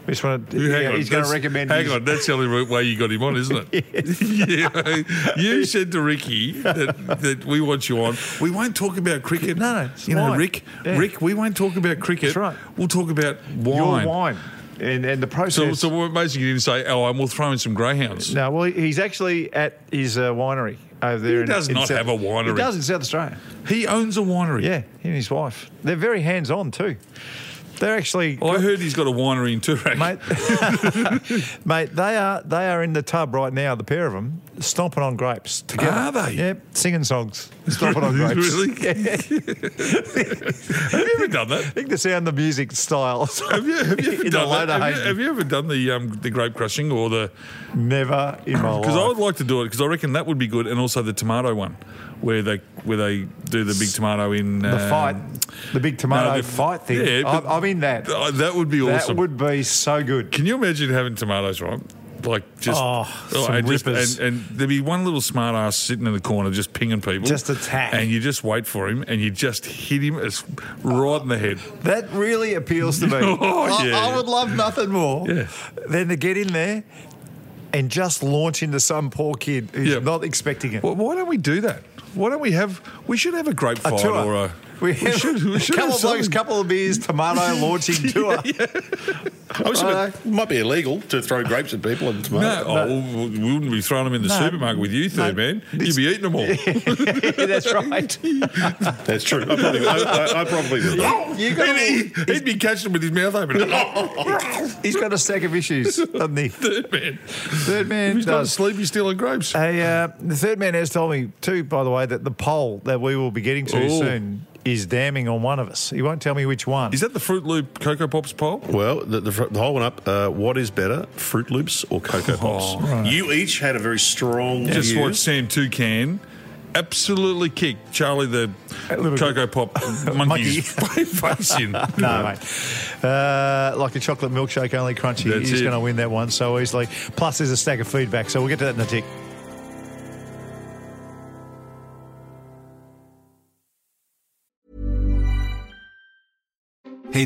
Speaker 1: We just want to.
Speaker 2: You hang
Speaker 1: yeah,
Speaker 2: on,
Speaker 1: he's going to
Speaker 2: that's-
Speaker 1: recommend.
Speaker 2: Hang
Speaker 1: his-
Speaker 2: on, that's the only re- way you got him on, isn't it? yeah, you said to Ricky that, that we want you on. We won't talk about cricket.
Speaker 1: No, no, it's
Speaker 2: you know,
Speaker 1: wine.
Speaker 2: Rick,
Speaker 1: Yeah.
Speaker 2: Rick, we won't talk about cricket.
Speaker 1: That's right.
Speaker 2: We'll talk about
Speaker 1: Your
Speaker 2: wine.
Speaker 1: wine. And, and the process.
Speaker 2: So, so we're basically going to say, oh, and we'll throw in some greyhounds.
Speaker 1: No, well, he's actually at his uh, winery over there.
Speaker 2: He does not have a winery.
Speaker 1: He does in South Australia.
Speaker 2: He owns a winery.
Speaker 1: Yeah, he and his wife. They're very hands on too. They're actually,
Speaker 2: I heard he's got a winery in Turak.
Speaker 1: mate, mate. They are they are in the tub right now. The pair of them stomping on grapes together.
Speaker 2: Are they?
Speaker 1: Yep, singing songs, stomping on grapes.
Speaker 2: Really? Have you ever done that?
Speaker 1: I think the sound of music style.
Speaker 2: Have you, have you ever
Speaker 1: In a
Speaker 2: done that?
Speaker 1: load of
Speaker 2: Have you,
Speaker 1: hazing.
Speaker 2: have you ever done the um, the grape crushing or the?
Speaker 1: Never in my
Speaker 2: Because I would
Speaker 1: life.
Speaker 2: like to do it because I reckon that would be good, and also the tomato one, where they where they do the big tomato in
Speaker 1: The
Speaker 2: um,
Speaker 1: fight, the big tomato
Speaker 2: the-
Speaker 1: fight thing.
Speaker 2: yeah,
Speaker 1: I'm,
Speaker 2: but-
Speaker 1: I'm in that.
Speaker 2: Uh, that would be
Speaker 1: That
Speaker 2: awesome.
Speaker 1: would be so good.
Speaker 2: Can you imagine having tomatoes right? Like just
Speaker 1: Oh, some
Speaker 2: and, just-
Speaker 1: rippers.
Speaker 2: and, and there'd be one little smart ass sitting in the corner just pinging people,
Speaker 1: Just attack.
Speaker 2: and you just wait for him, and you just hit him as right in the head.
Speaker 1: That really appeals to me.
Speaker 2: Oh,
Speaker 1: I,
Speaker 2: yeah.
Speaker 1: I would love nothing more
Speaker 2: Yeah.
Speaker 1: than to get in there and just launch into some poor kid who's
Speaker 2: Yeah.
Speaker 1: not expecting it.
Speaker 2: Well, why don't we do that? Why don't we have? We should have a grape fight
Speaker 1: tour.
Speaker 2: or a
Speaker 1: We have
Speaker 2: should- we should
Speaker 1: a couple
Speaker 2: have
Speaker 1: of blokes,
Speaker 2: something.
Speaker 1: couple of beers, tomato launching tour.
Speaker 3: I was
Speaker 1: Righto.
Speaker 3: it might be illegal to throw grapes at people and
Speaker 2: No,
Speaker 3: tomatoes.
Speaker 2: oh, well, we wouldn't be throwing them in the
Speaker 1: No.
Speaker 2: supermarket with you, third
Speaker 1: No.
Speaker 2: man. You'd be eating them all.
Speaker 1: That's right.
Speaker 3: That's true. I probably, I, I, I probably would.
Speaker 1: You got a-
Speaker 2: he'd, he'd be catching them with his mouth open. Oh,
Speaker 1: he's got a stack of issues, doesn't he?
Speaker 2: third man.
Speaker 1: Third man
Speaker 2: He's not
Speaker 1: does.
Speaker 2: asleep, he's stealing grapes.
Speaker 1: Hey, uh, the third man has told me too, by the way, that the poll that we will be getting to
Speaker 2: Ooh.
Speaker 1: soon is damning on one of us. He won't tell me which one.
Speaker 2: Is that the Fruit Loop Cocoa Pops pole?
Speaker 3: Well, the, the, fr- the whole one up. Uh, what is better, Fruit Loops or Cocoa Pops? You each had a very strong
Speaker 2: Just
Speaker 3: view.
Speaker 2: watched Sam Toucan absolutely kick Charlie the
Speaker 1: little
Speaker 2: Cocoa Pop monkey's face in.
Speaker 1: no, mate. Uh, like a chocolate milkshake, only crunchy.
Speaker 2: That's
Speaker 1: He's
Speaker 2: it.
Speaker 1: going to win that one so easily. Plus, there's a stack of feedback, so we'll get to that in a tick.
Speaker 4: Hey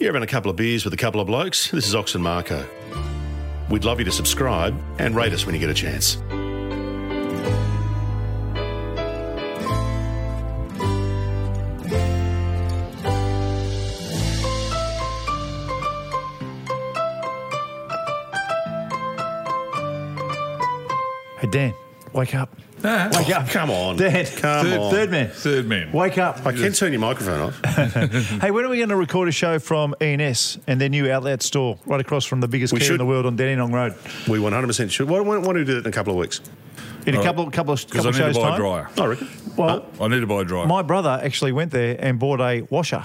Speaker 3: You're having a couple of beers with a couple of blokes. This is Ox and Marco. We'd love you to subscribe and rate us when you get a chance.
Speaker 1: Hey, Dan, wake up.
Speaker 2: Nah.
Speaker 1: Wake up.
Speaker 3: Come on.
Speaker 1: Dan.
Speaker 3: Come
Speaker 1: third,
Speaker 3: on.
Speaker 1: Third man.
Speaker 2: Third man.
Speaker 1: Wake up.
Speaker 3: I can turn your microphone off.
Speaker 1: Hey, when are we going to record a show from ENS and their new outlet store right across from the biggest
Speaker 3: We
Speaker 1: care in
Speaker 3: should.
Speaker 1: the world on Dandenong Road?
Speaker 3: We 100% should. Why, why, why don't we do that in a couple of weeks?
Speaker 1: In a couple, couple, of-
Speaker 2: Because
Speaker 1: couple
Speaker 2: I
Speaker 1: of
Speaker 2: need
Speaker 1: shows
Speaker 2: to buy a
Speaker 1: time.
Speaker 2: dryer.
Speaker 3: I reckon.
Speaker 1: Well,
Speaker 2: I need to buy a dryer.
Speaker 1: my brother actually went there and bought a washer,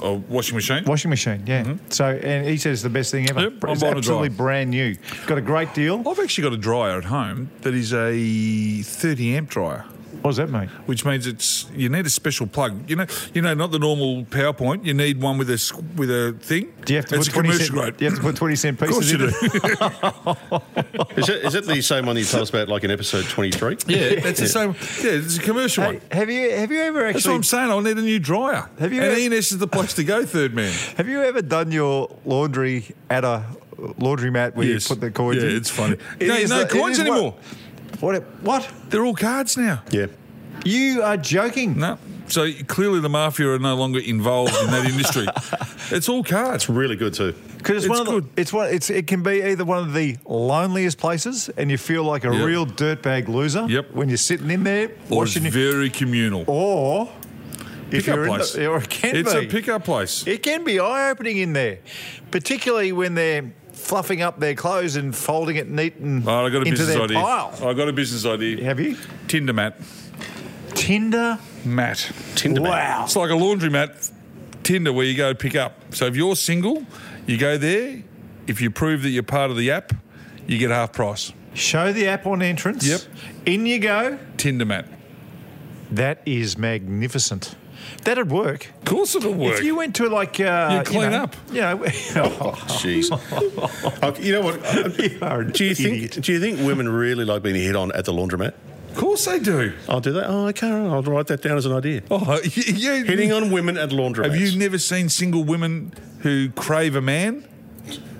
Speaker 2: a washing machine.
Speaker 1: washing machine. Yeah. So, and he said it's the best thing ever.
Speaker 2: Mm-hmm. Yep, I'm
Speaker 1: it's
Speaker 2: buying a
Speaker 1: absolutely
Speaker 2: dryer.
Speaker 1: brand new. Got a great deal. What
Speaker 2: I've actually got a dryer at home that is a 30 amp dryer.
Speaker 1: does that mean?
Speaker 2: which means it's you need a special plug. You know, you know, not the normal PowerPoint. You need one with a squ- with a thing.
Speaker 1: Do you have to
Speaker 2: it's
Speaker 1: put
Speaker 2: a
Speaker 1: 20
Speaker 2: commercial
Speaker 1: cent,
Speaker 2: grade.
Speaker 1: Do you have to put 20 cent
Speaker 2: Of
Speaker 1: pieces
Speaker 2: course you
Speaker 1: in
Speaker 2: do.
Speaker 1: it?
Speaker 3: Is it, is it the same one that you told us about like in episode 23?
Speaker 2: yeah, that's the same. Yeah, it's a commercial
Speaker 1: Hey,
Speaker 2: one.
Speaker 1: have you have you ever
Speaker 2: That's what
Speaker 1: actually
Speaker 2: I'm saying. I'll need a new dryer.
Speaker 1: Have you
Speaker 2: and
Speaker 1: ever-
Speaker 2: ENS is the place to go, third man.
Speaker 1: have you ever done your laundry at a laundry mat where
Speaker 2: Yes.
Speaker 1: you put the coins
Speaker 2: Yeah,
Speaker 1: in?
Speaker 2: it's funny.
Speaker 1: It
Speaker 2: No,
Speaker 1: is
Speaker 2: no
Speaker 1: the- it
Speaker 2: coins
Speaker 1: is what-
Speaker 2: anymore.
Speaker 1: What, what?
Speaker 2: They're all cards now.
Speaker 3: Yeah.
Speaker 1: You are joking.
Speaker 2: No. So clearly the mafia are no longer involved in that industry. It's all cards.
Speaker 3: It's really good too.
Speaker 1: Because it's, one
Speaker 2: It's
Speaker 1: of
Speaker 2: good.
Speaker 1: the, it's one it's it can be either one of the loneliest places and you feel like a
Speaker 2: Yep.
Speaker 1: real dirtbag loser
Speaker 2: Yep.
Speaker 1: when you're sitting in there
Speaker 2: Or it's
Speaker 1: washing your,
Speaker 2: very communal.
Speaker 1: or if
Speaker 2: Pickup
Speaker 1: you're in
Speaker 2: place.
Speaker 1: the, or it can
Speaker 2: it's
Speaker 1: be
Speaker 2: a pickup place.
Speaker 1: it can be eye opening in there, particularly when they're fluffing up their clothes and folding it neat and
Speaker 2: All right, I Oh, got
Speaker 1: into
Speaker 2: a business
Speaker 1: their
Speaker 2: idea.
Speaker 1: pile.
Speaker 2: I got a business idea.
Speaker 1: Have you
Speaker 2: Tinder mat.
Speaker 1: Tinder?
Speaker 2: Mat.
Speaker 3: Tinder man.
Speaker 1: Wow.
Speaker 2: It's like a laundry mat Tinder where you go pick up. So if you're single, you go there. If you prove that you're part of the app, you get half price.
Speaker 1: Show the app on entrance.
Speaker 2: Yep.
Speaker 1: In you go.
Speaker 2: Tinder mat.
Speaker 1: That is magnificent. That'd work.
Speaker 2: Of course it'll work.
Speaker 1: If you went to like, uh,
Speaker 2: You'd clean
Speaker 1: know-
Speaker 2: up.
Speaker 1: You know, oh,
Speaker 3: Jeez. Okay, you know what?
Speaker 1: you are an
Speaker 3: Do you think?
Speaker 1: idiot.
Speaker 3: Do you think women really like being hit on at the laundromat?
Speaker 2: of course they do.
Speaker 3: I'll do that. Oh, okay. I'll write that down as an idea.
Speaker 2: Oh, yeah.
Speaker 3: Hitting on women at laundromats.
Speaker 2: Have you never seen single women who crave a man?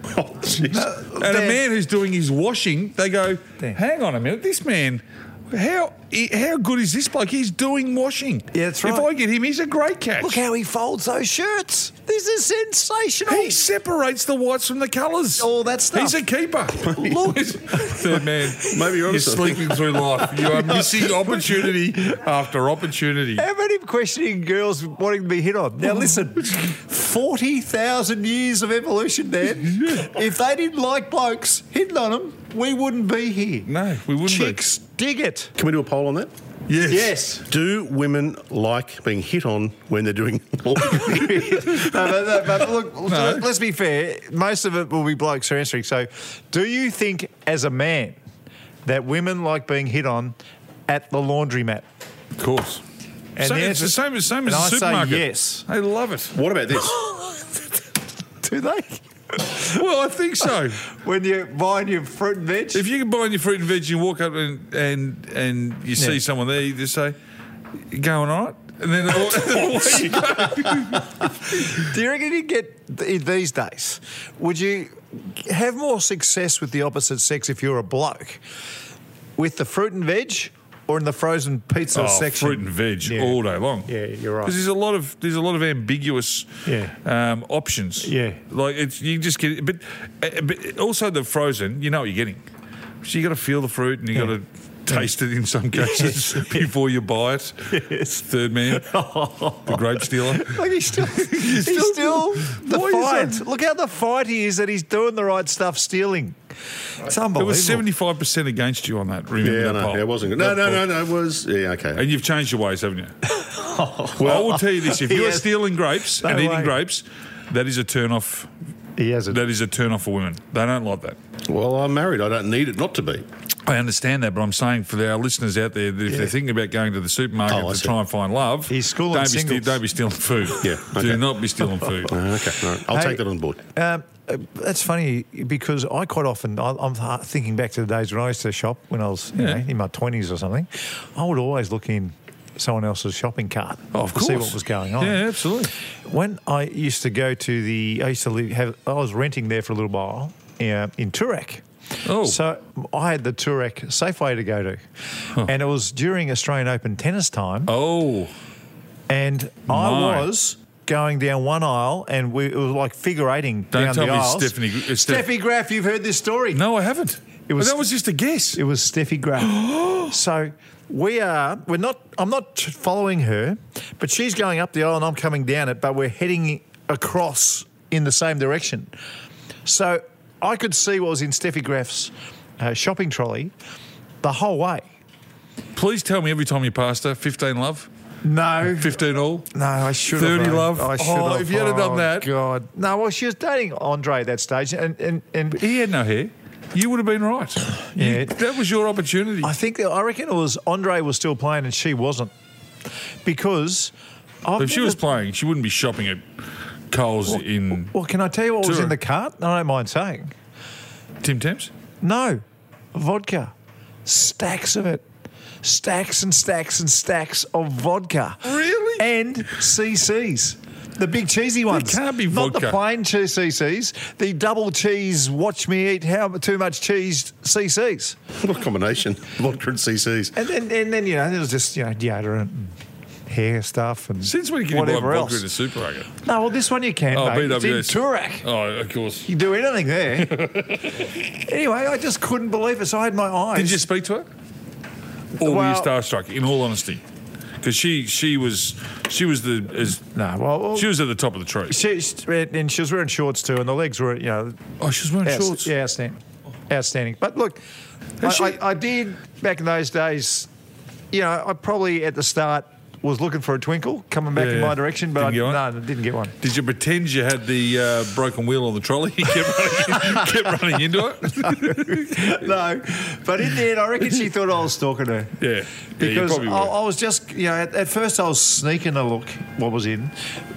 Speaker 3: Oh, jeez.
Speaker 2: And a
Speaker 1: Dan.
Speaker 2: man who's doing his washing, they go,
Speaker 1: Dan.
Speaker 2: hang on a minute, this man, How he- how good is this bloke? He's doing washing.
Speaker 1: Yeah, that's
Speaker 2: If
Speaker 1: right.
Speaker 2: I get him, he's a great catch.
Speaker 1: Look how he folds those shirts. This is sensational.
Speaker 2: He separates the whites from the colours.
Speaker 1: All that stuff.
Speaker 2: He's a keeper.
Speaker 1: Look.
Speaker 2: Third man.
Speaker 3: Maybe you're
Speaker 2: You're
Speaker 3: onto something.
Speaker 2: sleeping through life. You are missing opportunity after opportunity.
Speaker 1: How about him questioning girls wanting to be hit on? Now, listen, 40,000 years of evolution, Dan. If they didn't like blokes hitting on them, we wouldn't be here.
Speaker 2: No, we wouldn't be.
Speaker 1: Chicks, dig it.
Speaker 3: Can we do a poll on that?
Speaker 2: Yes.
Speaker 1: Yes.
Speaker 3: Do women like being hit on when they're doing?
Speaker 1: No, but, no, but look, look, let's be fair. Most of it will be blokes who are answering. So, do you think, as a man, that women like being hit on at the laundromat?
Speaker 2: Of course.
Speaker 1: And
Speaker 2: so
Speaker 1: the
Speaker 2: it's
Speaker 1: answer-
Speaker 2: the same as same
Speaker 1: and
Speaker 2: as the
Speaker 1: I say
Speaker 2: supermarket.
Speaker 1: yes.
Speaker 2: I love it.
Speaker 3: what about this?
Speaker 1: Do they?
Speaker 2: Well, I think so.
Speaker 1: When you're buying your fruit and veg?
Speaker 2: If you can buy your fruit and veg, you walk up and and, and you see someone there, you just say, "You "Going all right?" And then away you go.
Speaker 1: Do you reckon you get th- these days? Would you have more success with the opposite sex if you're a bloke, with the fruit and veg, or in the frozen pizza
Speaker 2: Oh,
Speaker 1: section?
Speaker 2: fruit and veg
Speaker 1: Yeah.
Speaker 2: all day long.
Speaker 1: Yeah, you're right.
Speaker 2: Because there's a lot of there's a lot of ambiguous
Speaker 1: Yeah.
Speaker 2: um, options.
Speaker 1: Yeah.
Speaker 2: like it's you just get, but uh, but also the frozen, you know what you're getting. So you got to feel the fruit and you got to. Taste it in some cases before you buy it.
Speaker 1: Yes.
Speaker 2: Third man, the grape stealer.
Speaker 1: Like he's still, he's
Speaker 2: still-
Speaker 1: still
Speaker 2: Why is
Speaker 1: defiant. Look how defiant he is that he's doing the right stuff, stealing. It's unbelievable.
Speaker 2: It was seventy five percent against you on that. Remember
Speaker 3: Yeah,
Speaker 2: that
Speaker 3: no,
Speaker 2: poll?
Speaker 3: yeah, it wasn't good. No,
Speaker 2: That
Speaker 3: no,
Speaker 2: poll.
Speaker 3: no, no, it was. Yeah, okay.
Speaker 2: And you've changed your ways, haven't you? well, I will tell you this: if you are
Speaker 1: Oh, Yes.
Speaker 2: stealing grapes
Speaker 1: No
Speaker 2: and
Speaker 1: way.
Speaker 2: eating grapes, that is a turn off.
Speaker 1: He has it.
Speaker 2: That is a turn off for women. They don't like that.
Speaker 3: Well, I'm married. I don't need it not to be.
Speaker 2: I understand that, but I'm saying for our listeners out there, that if they're thinking about going to the supermarket
Speaker 3: Oh, I
Speaker 2: to
Speaker 3: see.
Speaker 2: try and find love,
Speaker 1: He's schooling
Speaker 2: don't be, ste-
Speaker 1: singles. Oh.
Speaker 2: don't be stealing food.
Speaker 3: Yeah, okay.
Speaker 2: do not be stealing food.
Speaker 3: Uh, Okay, all right. I'll
Speaker 1: Hey,
Speaker 3: take that on board.
Speaker 1: Um, uh, that's funny because I quite often I, I'm th- thinking back to the days when I used to shop when I was you
Speaker 2: Yeah.
Speaker 1: know, in my twenties or something. I would always look in someone else's shopping cart
Speaker 2: Oh, of
Speaker 1: to
Speaker 2: course.
Speaker 1: see what was going on.
Speaker 2: Yeah, absolutely.
Speaker 1: When I used to go to the, I used to live, have, I was renting there for a little while uh, in Turak.
Speaker 2: Oh.
Speaker 1: So I had the Turak Safeway to go to, and it was during Australian Open tennis time.
Speaker 2: Oh,
Speaker 1: And
Speaker 2: My.
Speaker 1: I was going down one aisle, and we, it was like figure eighting
Speaker 2: Don't
Speaker 1: down
Speaker 2: tell
Speaker 1: the
Speaker 2: me
Speaker 1: aisles.
Speaker 2: Stephanie- it's Steph-
Speaker 1: Steffi Graf, you've heard this story.
Speaker 2: no, I haven't.
Speaker 1: It was-
Speaker 2: But that was just a guess.
Speaker 1: It was Steffi Graf. so we are, we're not, I'm not following her, but she's going up the aisle and I'm coming down it, but we're heading across in the same direction. So I could see what was in Steffi Graf's uh, shopping trolley the whole way.
Speaker 2: Please tell me every time you passed her, fifteen love,
Speaker 1: No.
Speaker 2: fifteen all.
Speaker 1: No, I should
Speaker 2: 30
Speaker 1: have. eh?
Speaker 2: love.
Speaker 1: I should
Speaker 2: Oh,
Speaker 1: have.
Speaker 2: if you had've done
Speaker 1: Oh,
Speaker 2: that.
Speaker 1: God. No, well, she was dating Andre at that stage, and and and
Speaker 2: He had no hair. You would have been right. You-
Speaker 1: Yeah.
Speaker 2: that was your opportunity.
Speaker 1: I think I reckon it was Andre was still playing and she wasn't because I've
Speaker 2: if she was
Speaker 1: never-
Speaker 2: playing, she wouldn't be shopping at Coles in
Speaker 1: Well, can I tell you what was
Speaker 2: Sure.
Speaker 1: in the cart? I don't mind saying.
Speaker 2: Tim Tams.
Speaker 1: No, vodka, stacks of it. Stacks and stacks and stacks of vodka.
Speaker 2: Really?
Speaker 1: And CCs. The big cheesy ones.
Speaker 2: can't be
Speaker 1: Not
Speaker 2: vodka.
Speaker 1: the plain cheese CCs, the double cheese, watch me eat how too much cheese CCs.
Speaker 3: What a combination? Vodka and CCs.
Speaker 1: And then, and then you know, there was just, you know, deodorant and hair stuff and
Speaker 2: Since when can
Speaker 1: whatever
Speaker 2: you buy vodka
Speaker 1: else.
Speaker 2: in a supermarket?
Speaker 1: No, well, this one you can,
Speaker 2: Oh,
Speaker 1: mate. It's in
Speaker 2: BWS.
Speaker 1: Turak.
Speaker 2: Oh, of course.
Speaker 1: You can do anything there. anyway, I just couldn't believe it. So I had my eyes.
Speaker 2: Did you speak to her? Or were you
Speaker 1: Well-
Speaker 2: starstruck? In all honesty, because she she was she was the as
Speaker 1: No, well, well-
Speaker 2: she was at the top of the tree.
Speaker 1: She, she- and she was wearing shorts too, and the legs were, you know,
Speaker 2: oh, she was wearing
Speaker 1: outst-
Speaker 2: shorts.
Speaker 1: Yeah, outstanding. Outstanding. But look, I,
Speaker 2: she-
Speaker 1: I, I did back in those days. You know, I probably at the start was looking for a twinkle coming back
Speaker 2: Yeah,
Speaker 1: in
Speaker 2: yeah.
Speaker 1: my direction, but
Speaker 2: Didn't get
Speaker 1: I,
Speaker 2: one?
Speaker 1: no, I didn't get one.
Speaker 2: Did you pretend you had the uh, broken wheel on the trolley? You kept running, kept running into it.
Speaker 1: no, but in the end, I reckon she thought I was stalking her.
Speaker 2: Yeah. Yeah, you
Speaker 1: because
Speaker 2: probably were.
Speaker 1: I, I was just, you know, at, at first I was sneaking a look what was in,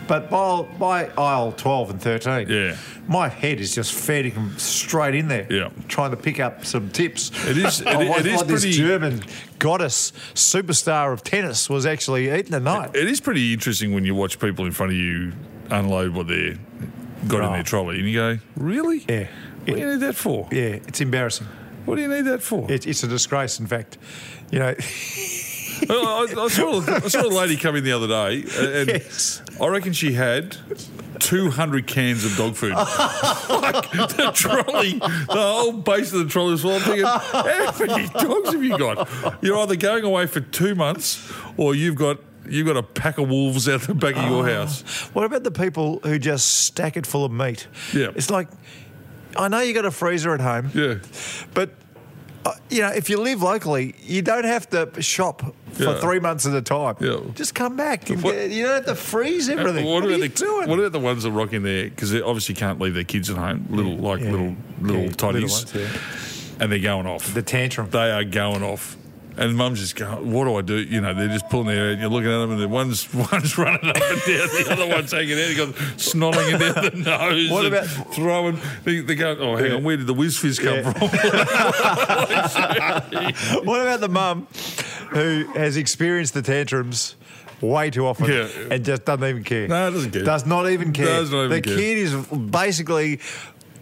Speaker 1: but by, by aisle twelve and thirteen,
Speaker 2: Yeah.
Speaker 1: my head is just feeding straight in there,
Speaker 2: Yeah.
Speaker 1: trying to pick up some tips.
Speaker 2: It is- it
Speaker 1: Oh,
Speaker 2: is-
Speaker 1: I
Speaker 2: it is
Speaker 1: thought this
Speaker 2: pretty-
Speaker 1: German goddess superstar of tennis was actually eating a night.
Speaker 2: It is pretty interesting when you watch people in front of you unload what they got in their
Speaker 1: Right.
Speaker 2: trolley, and you go, "Really?
Speaker 1: Yeah.
Speaker 2: What do you need that for?"
Speaker 1: yeah, it's embarrassing.
Speaker 2: What do you need that for?
Speaker 1: It, it's a disgrace, in fact. You know,
Speaker 2: I, I- I saw, a- I saw a lady come in the other day, a- and I reckon she had 200 cans of dog food.
Speaker 1: Oh.
Speaker 2: like the trolley, the whole base of the trolley was full. I'm thinking, how many dogs have you got? You're either going away for two months, or you've got you've got a pack of wolves out the back of
Speaker 1: Oh.
Speaker 2: your house.
Speaker 1: what about the people who just stack it full of meat?
Speaker 2: Yeah.
Speaker 1: It's like, I know you got a freezer at home.
Speaker 2: Yeah.
Speaker 1: But uh, you know, if you live locally, you don't have to shop for
Speaker 2: Yeah.
Speaker 1: three months at a time.
Speaker 2: Yeah.
Speaker 1: Just come back. and
Speaker 2: What-
Speaker 1: get- you don't have to freeze everything.
Speaker 2: Uh,
Speaker 1: What, are
Speaker 2: about
Speaker 1: you
Speaker 2: the,
Speaker 1: doing?
Speaker 2: What about the ones that rock in there? Because they obviously can't leave their kids at home, little like
Speaker 1: yeah.
Speaker 2: little little
Speaker 1: Yeah, little
Speaker 2: toddies,
Speaker 1: ones, yeah.
Speaker 2: and they're going off.
Speaker 1: The tantrum.
Speaker 2: They are going off. And mum's just going, what do I do? You know, they're just pulling their hair out. You're looking at them and the one's, one's running up and down. The other one's hanging out. He got snotting it down the nose.
Speaker 1: What
Speaker 2: and
Speaker 1: about-
Speaker 2: throwing? They, they go, oh, hang on, where did the whiz fizz come
Speaker 1: Yeah.
Speaker 2: from?
Speaker 1: What about the mum who has experienced the tantrums? Way too often,
Speaker 2: Yeah.
Speaker 1: and just doesn't even care.
Speaker 2: No, doesn't care.
Speaker 1: Does not even care.
Speaker 2: Does not even
Speaker 1: the
Speaker 2: care.
Speaker 1: kid is basically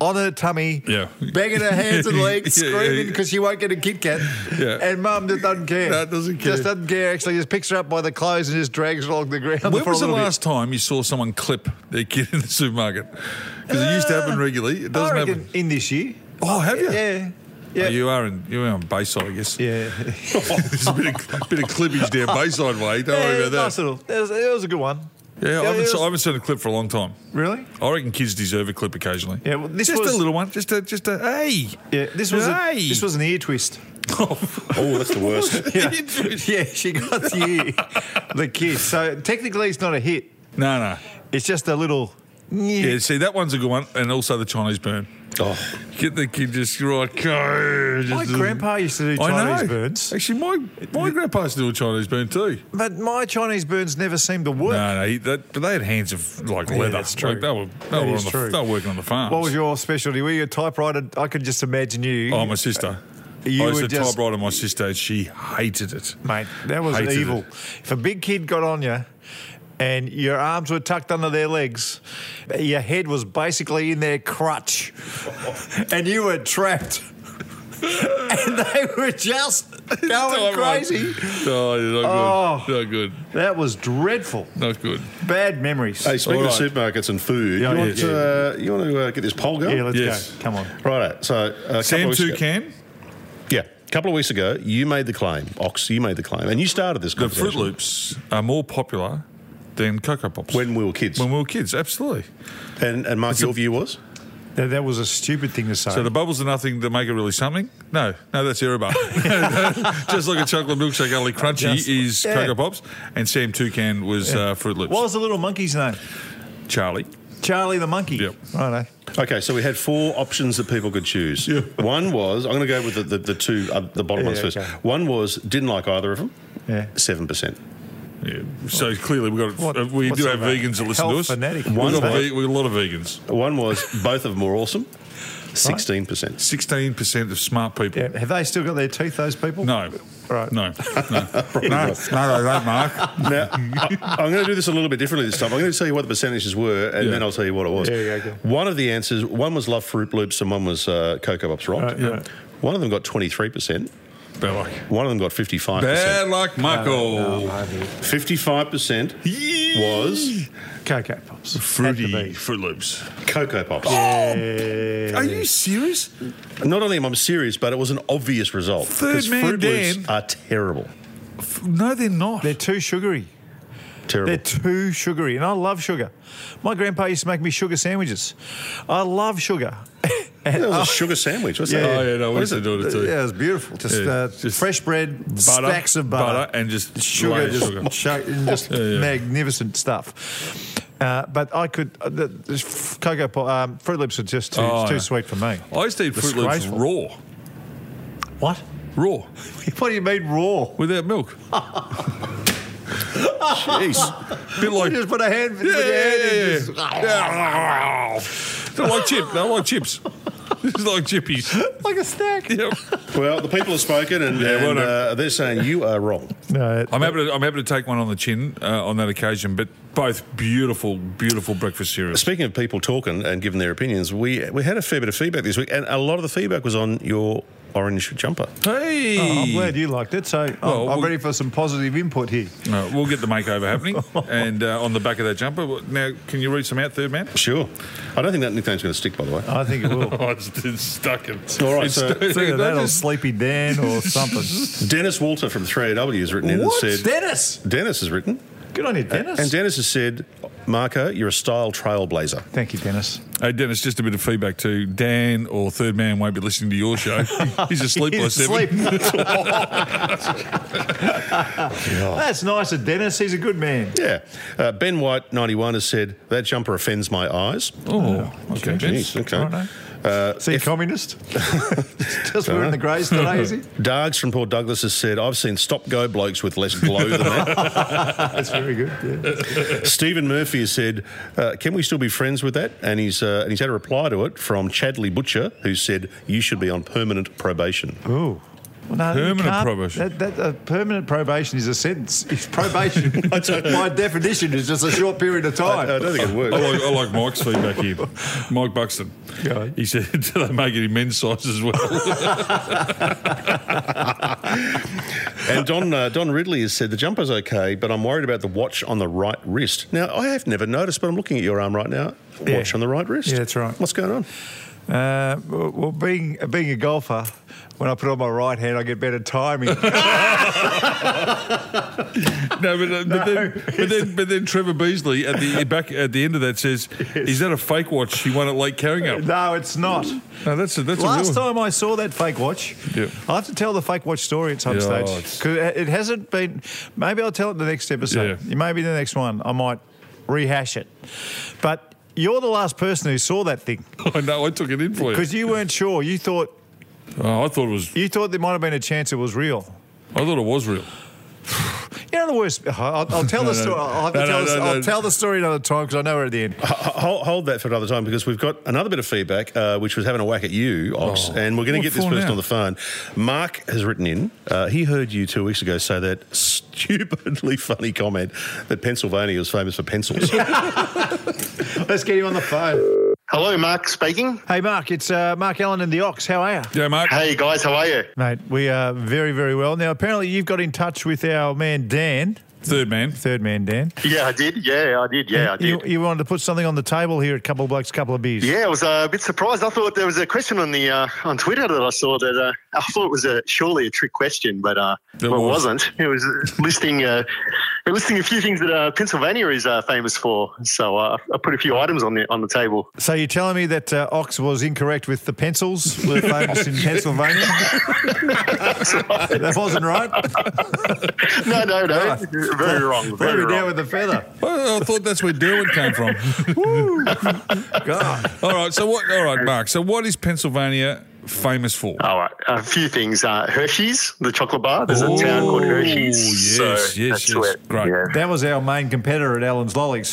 Speaker 1: on her tummy,
Speaker 2: Yeah.
Speaker 1: banging her hands and legs,
Speaker 2: Yeah, yeah,
Speaker 1: screaming
Speaker 2: yeah.
Speaker 1: because she won't get a Kit Kat.
Speaker 2: Yeah.
Speaker 1: And mum just doesn't care.
Speaker 2: No, doesn't care.
Speaker 1: Just doesn't care. Actually, just picks her up by the clothes and just drags her along the ground
Speaker 2: When
Speaker 1: for
Speaker 2: was
Speaker 1: a
Speaker 2: the
Speaker 1: little bit.
Speaker 2: last time you saw someone clip their kid in the supermarket? Because it used to happen regularly. It doesn't
Speaker 1: Uh, I reckon
Speaker 2: happen.
Speaker 1: in this year.
Speaker 2: Oh, have you?
Speaker 1: Yeah.
Speaker 2: Oh,
Speaker 1: Yeah.
Speaker 2: you are in you are on Bayside, I guess.
Speaker 1: yeah.
Speaker 2: There's a bit of, bit of clippage down Bayside way. Don't worry
Speaker 1: Yeah,
Speaker 2: about that.
Speaker 1: Nice little. It was, it was a good one.
Speaker 2: Yeah, I haven't,
Speaker 1: it
Speaker 2: se- I
Speaker 1: was-
Speaker 2: haven't seen a clip for a long time.
Speaker 1: Really?
Speaker 2: I reckon kids deserve a clip occasionally.
Speaker 1: Yeah, well, this
Speaker 2: just
Speaker 1: was-
Speaker 2: a little one, just a just a hey.
Speaker 1: Yeah, this was a,
Speaker 2: hey.
Speaker 1: this was an ear twist.
Speaker 3: Oh, that's the worst.
Speaker 1: Yeah. yeah, she got the ear, the kid. So technically, it's not a hit.
Speaker 2: no, no.
Speaker 1: It's just a little.
Speaker 2: Yeah, see that one's a good one, and also the Chinese burn.
Speaker 3: Oh,
Speaker 2: Get the kid just right. go, oh, Just
Speaker 1: My grandpa used to do
Speaker 2: I
Speaker 1: Chinese
Speaker 2: know.
Speaker 1: burns,
Speaker 2: Actually, my my grandpa used to do a Chinese burn too.
Speaker 1: but my Chinese burns never seemed to work.
Speaker 2: No, no, he, that, but they had hands of like
Speaker 1: Yeah,
Speaker 2: leather.
Speaker 1: that's true.
Speaker 2: Like, they were, they
Speaker 1: That
Speaker 2: were
Speaker 1: is
Speaker 2: on the,
Speaker 1: true.
Speaker 2: They were working on the farms.
Speaker 1: What was your specialty? Were you a typewriter? I could just imagine you.
Speaker 2: Oh, my sister.
Speaker 1: You
Speaker 2: I used
Speaker 1: were
Speaker 2: to
Speaker 1: just-
Speaker 2: typewriter my sister. and She hated it.
Speaker 1: mate. That was
Speaker 2: Hated it.
Speaker 1: evil. If a big kid got on you and your arms were tucked under their legs, your head was basically in their crutch, and you were trapped. and they were just going
Speaker 2: Typewriter.
Speaker 1: crazy.
Speaker 2: No,
Speaker 1: Oh.
Speaker 2: not good. Not good.
Speaker 1: That was dreadful.
Speaker 2: Not good.
Speaker 1: Bad memories.
Speaker 3: Hey, speaking
Speaker 2: All
Speaker 3: of supermarkets and food,
Speaker 1: Yeah,
Speaker 3: you,
Speaker 1: yeah,
Speaker 3: want to, uh, you want to uh, get this poll going?
Speaker 1: yeah, let's
Speaker 2: yes.
Speaker 1: go. Come on.
Speaker 3: Righto. So, uh, a couple
Speaker 2: Sam
Speaker 3: of weeks ago,
Speaker 2: Toucan,
Speaker 3: yeah, a couple of weeks ago, you made the claim, Ox. You made the claim, and you started this.
Speaker 2: the Fruit
Speaker 3: conversation
Speaker 2: Loops are more popular than Cocoa Pops.
Speaker 3: when we were kids,
Speaker 2: When we were kids, absolutely.
Speaker 3: and, and Mark, your view was
Speaker 1: That, that was a stupid thing to say.
Speaker 2: So the bubbles are nothing that make it really something? No, no, that's Erebus. Just like a chocolate milkshake, only crunchy
Speaker 1: Just-
Speaker 2: is
Speaker 1: yeah.
Speaker 2: Cocoa Pops, and Sam Toucan was uh, Fruit Loops.
Speaker 1: what was the little monkey's name?
Speaker 2: Charlie.
Speaker 1: Charlie the monkey. eh?
Speaker 2: Yep.
Speaker 1: Righto.
Speaker 3: okay. So we had four options that people could choose. One was I'm going to go with the, the, the two uh, the bottom
Speaker 1: Yeah,
Speaker 3: ones first.
Speaker 1: okay.
Speaker 3: One was didn't like either of them.
Speaker 1: Yeah.
Speaker 3: Seven percent.
Speaker 2: Yeah. So clearly we got
Speaker 1: What-
Speaker 2: uh, we
Speaker 1: what's
Speaker 2: do
Speaker 1: that
Speaker 2: have
Speaker 1: about?
Speaker 2: vegans that listen
Speaker 1: Health
Speaker 2: to us.
Speaker 1: fanatic.
Speaker 2: We've
Speaker 3: One
Speaker 2: got,
Speaker 3: vote.
Speaker 2: ve- we've got a lot of vegans.
Speaker 3: One was both of them were awesome. Sixteen percent.
Speaker 2: Sixteen percent of smart people.
Speaker 1: Yeah. Have they still got their teeth, those people?
Speaker 2: No.
Speaker 1: Right.
Speaker 2: No. No. no. No. They don't, Mark.
Speaker 3: Now, I, I'm going to do this a little bit differently this time. I'm going to tell you what the percentages were, and
Speaker 2: Yeah.
Speaker 3: then I'll tell you what it was.
Speaker 1: Yeah, yeah, okay.
Speaker 3: One of the answers, one was Love Fruit Loops, and one was uh, Cocoa Pops Rock.
Speaker 1: Right, yeah.
Speaker 3: One of them got 23%.
Speaker 2: Bad luck.
Speaker 3: One of them got 55%.
Speaker 2: Bad luck, Michael.
Speaker 3: 55%
Speaker 2: Yee.
Speaker 3: was
Speaker 1: Cocoa Pops. Had to
Speaker 2: fruity
Speaker 1: be.
Speaker 2: Fruit Loops.
Speaker 3: Cocoa Pops.
Speaker 2: Are you serious?
Speaker 3: Not only am I serious, but it was an obvious result.
Speaker 2: Third
Speaker 3: 'Cause
Speaker 2: man
Speaker 3: Fruit
Speaker 2: Dan.
Speaker 3: Loops are terrible.
Speaker 2: F- No, they're not.
Speaker 1: They're too sugary.
Speaker 3: Terrible.
Speaker 1: They're too sugary, and I love sugar. My grandpa used to make me sugar sandwiches. I love sugar.
Speaker 3: That was a sugar sandwich. What's that?
Speaker 2: Oh, yeah, no, we used to do it too.
Speaker 1: Yeah, it was beautiful. Just,
Speaker 2: Yeah,
Speaker 1: uh,
Speaker 2: just
Speaker 1: fresh bread, stacks of butter,
Speaker 2: and just
Speaker 1: sugar,
Speaker 2: layers of
Speaker 1: just,
Speaker 2: sugar.
Speaker 1: shu- and just
Speaker 2: Yeah, yeah.
Speaker 1: magnificent stuff. Uh, but I could uh, the, the f- cocoa pop, um, Fruit Loops are just too,
Speaker 2: Oh,
Speaker 1: it's too
Speaker 2: yeah.
Speaker 1: sweet for me.
Speaker 2: I used to eat Fruit Loops
Speaker 1: Disgraceful.
Speaker 2: raw,
Speaker 1: What?
Speaker 2: raw,
Speaker 1: What do you mean raw?
Speaker 2: without milk. Jeez, bit like
Speaker 1: Just put a hand.
Speaker 2: yeah,
Speaker 1: put your hand in,
Speaker 2: yeah,
Speaker 1: just-
Speaker 2: yeah, yeah. They're like chip. They're like chips. It's like chippies.
Speaker 1: like a snack.
Speaker 2: Yep.
Speaker 3: Well, the people have spoken, and,
Speaker 2: Yeah, well
Speaker 3: and,
Speaker 2: done.
Speaker 3: uh, they're saying you are wrong.
Speaker 1: No,
Speaker 2: I'm happy. To, I'm happy to take one on the chin uh, on that occasion. But both beautiful, beautiful breakfast cereals.
Speaker 3: Speaking of people talking and giving their opinions, we we had a fair bit of feedback this week, and a lot of the feedback was on your orange jumper.
Speaker 2: Hey.
Speaker 1: Oh, I'm glad you liked it. So I'm-
Speaker 2: Well,
Speaker 1: I'm,
Speaker 2: we-
Speaker 1: ready for some positive input here.
Speaker 2: No, we'll get the makeover happening, and uh, on the back of that jumper. Well, Now, can you read some out, third man?
Speaker 3: Sure. I don't think that nickname's going to stick, by the way.
Speaker 1: I think it will.
Speaker 2: Oh, it's, it's stuck in.
Speaker 3: All right,
Speaker 2: it's
Speaker 3: so-
Speaker 2: stuck-
Speaker 1: It's either that or
Speaker 2: just-
Speaker 1: Sleepy Dan or something.
Speaker 3: Dennis Walter from 3AW has written in
Speaker 1: what?
Speaker 3: and said,
Speaker 1: Dennis?
Speaker 3: Dennis has written,
Speaker 1: Good on you,
Speaker 2: Uh,
Speaker 1: Dennis.
Speaker 3: and Dennis has said, Marco, you're a style trailblazer.
Speaker 1: Thank you, Dennis.
Speaker 2: Hey, Dennis, just a bit of feedback too. Dan or third man won't be listening to your show. He's asleep by
Speaker 1: He's
Speaker 2: seven.
Speaker 1: asleep. That's nice of Dennis. He's a good man.
Speaker 3: Yeah. Uh, ben White, 91, has said, that jumper offends my eyes.
Speaker 2: Oh, okay,
Speaker 3: Jeez,
Speaker 2: Vince.
Speaker 3: okay.
Speaker 2: Righto.
Speaker 1: Is he a communist? Just wearing the greys today, is he?
Speaker 3: Dargs from Port Douglas has said, I've seen stop go blokes with less glow than that.
Speaker 1: That's very good. yeah.
Speaker 3: Stephen Murphy has said, uh, Can we still be friends with that? And he's, uh, and he's had a reply to it from Chadley Butcher, who said, You should be on permanent probation.
Speaker 1: Ooh. Well, no, you
Speaker 2: Permanent
Speaker 1: can't-
Speaker 2: probation.
Speaker 1: That, that, uh, permanent probation is a sentence. It's probation, by definition, is just a short period of
Speaker 3: I,
Speaker 1: time.
Speaker 3: Uh, I don't think it works.
Speaker 2: I
Speaker 1: Oh.
Speaker 2: like, I like Mike's feedback here. Mike Buxton.
Speaker 1: Yeah.
Speaker 2: He said, do they make it in men's size as well?
Speaker 3: And Don uh, Don Ridley has said the jumper's okay, but I'm worried about the watch on the right wrist. Now I have never noticed, but I'm looking at your arm right now.
Speaker 1: Yeah.
Speaker 3: Watch on the right wrist.
Speaker 1: Yeah, that's right.
Speaker 3: What's going on?
Speaker 1: Uh, well, well, being being a golfer, when I put on my right hand, I get better timing.
Speaker 2: no, but, uh, but, then, but, then, but then Trevor Beasley at the back at the end of that says, is that a fake watch he won at Lake Carringup?
Speaker 1: no, it's not.
Speaker 2: No, that's a, that's a real
Speaker 1: Last
Speaker 2: one.
Speaker 1: time I saw that fake watch,
Speaker 2: Yeah.
Speaker 1: I'll have to tell the fake watch story at some
Speaker 2: Yeah, oh,
Speaker 1: stage.
Speaker 2: it's-
Speaker 1: 'Cause it it hasn't been. Maybe I'll tell it in the next episode.
Speaker 2: Yeah.
Speaker 1: Maybe the next one. I might rehash it. But you're the last person who saw that thing
Speaker 2: I know, I took it in for you.
Speaker 1: because you weren't sure. You thought
Speaker 2: Oh, I thought it was.
Speaker 1: you thought there might have been a chance it was real.
Speaker 2: I thought it was real.
Speaker 1: You know the worst. I'll, I'll tell
Speaker 2: No,
Speaker 1: the
Speaker 2: no.
Speaker 1: story. I'll, have to
Speaker 2: No, no,
Speaker 1: tell,
Speaker 2: no,
Speaker 1: the, I'll
Speaker 2: no.
Speaker 1: tell the story another time because I know we're at the end.
Speaker 3: H- hold, hold that for another time because we've got another bit of feedback, uh, which was having a whack at you, Ox,
Speaker 2: Oh,
Speaker 3: and we're going
Speaker 2: what
Speaker 3: to get this
Speaker 2: for
Speaker 3: person
Speaker 2: now?
Speaker 3: on the phone. Mark has written in. Uh, he heard you two weeks ago say that stupidly funny comment that Pennsylvania was famous for pencils.
Speaker 1: Let's get him on the phone.
Speaker 5: Hello, Mark speaking.
Speaker 1: Hey, Mark, it's uh, Mark Allen in the Ox. How are you?
Speaker 2: Yeah, Mark.
Speaker 5: Hey guys, how are you?
Speaker 1: Mate, we are very, very well. Now, apparently, you've got in touch with our man, Dan,
Speaker 2: Third man.
Speaker 1: third man, Dan.
Speaker 5: Yeah, I did. Yeah, I did. Yeah, I
Speaker 1: You,
Speaker 5: did.
Speaker 1: you wanted to put something on the table here at Couple of Blokes, Couple of Beers.
Speaker 5: Yeah, I was uh, a bit surprised. I thought there was a question on the uh, on Twitter that I saw that uh, I thought was a, surely a trick question, but uh,
Speaker 2: There
Speaker 5: well, it
Speaker 2: was.
Speaker 5: wasn't. It was uh, listing uh, it listing a few things that uh, Pennsylvania is uh, famous for. So uh, I put a few items on the on the table.
Speaker 1: So you're telling me that uh, Ox was incorrect with the pencils were famous in Pennsylvania? that wasn't right?
Speaker 5: No, no,
Speaker 2: Ah.
Speaker 5: no, very wrong. Very
Speaker 1: Very down
Speaker 5: wrong.
Speaker 1: with the feather.
Speaker 2: Oh, I thought that's where Derwent came from.
Speaker 1: God.
Speaker 2: all right, so what? All right, Mark. So what is Pennsylvania famous for?
Speaker 5: All right, a few things. Uh, Hershey's, the chocolate bar. There's a town called
Speaker 2: Oh, yes,
Speaker 5: Hershey's. so
Speaker 2: yes,
Speaker 5: that's
Speaker 2: yes.
Speaker 5: where-
Speaker 2: Great.
Speaker 5: yeah.
Speaker 1: That was our main competitor at Allen's Lollies.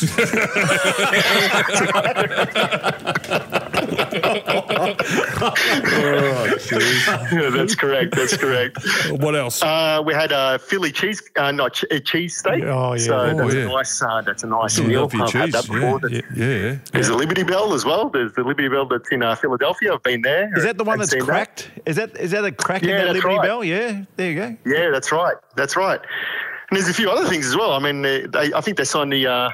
Speaker 5: yeah, that's correct. That's correct.
Speaker 2: What else?
Speaker 5: Uh, we had a Philly cheese, uh, not che- a cheese steak.
Speaker 1: Oh, yeah.
Speaker 5: So
Speaker 1: Oh,
Speaker 5: that's
Speaker 2: yeah.
Speaker 5: a nice, uh, that's a nice
Speaker 2: Yeah,
Speaker 5: meal.
Speaker 2: lovely
Speaker 5: I've had
Speaker 2: cheese,
Speaker 5: that before.
Speaker 2: yeah,
Speaker 5: That's-
Speaker 2: yeah, yeah.
Speaker 5: There's a Liberty Bell as well. There's the Liberty Bell that's in uh, Philadelphia. I've been there.
Speaker 1: Is that the one
Speaker 5: and
Speaker 1: that's
Speaker 5: seen that.
Speaker 1: cracked? Is that is that a crack
Speaker 5: Yeah,
Speaker 1: in that
Speaker 5: that's
Speaker 1: Liberty
Speaker 5: right.
Speaker 1: Bell? Yeah, there you go.
Speaker 5: Yeah, that's right. That's right. And there's a few other things as well. I mean, they, they, I think they signed the uh,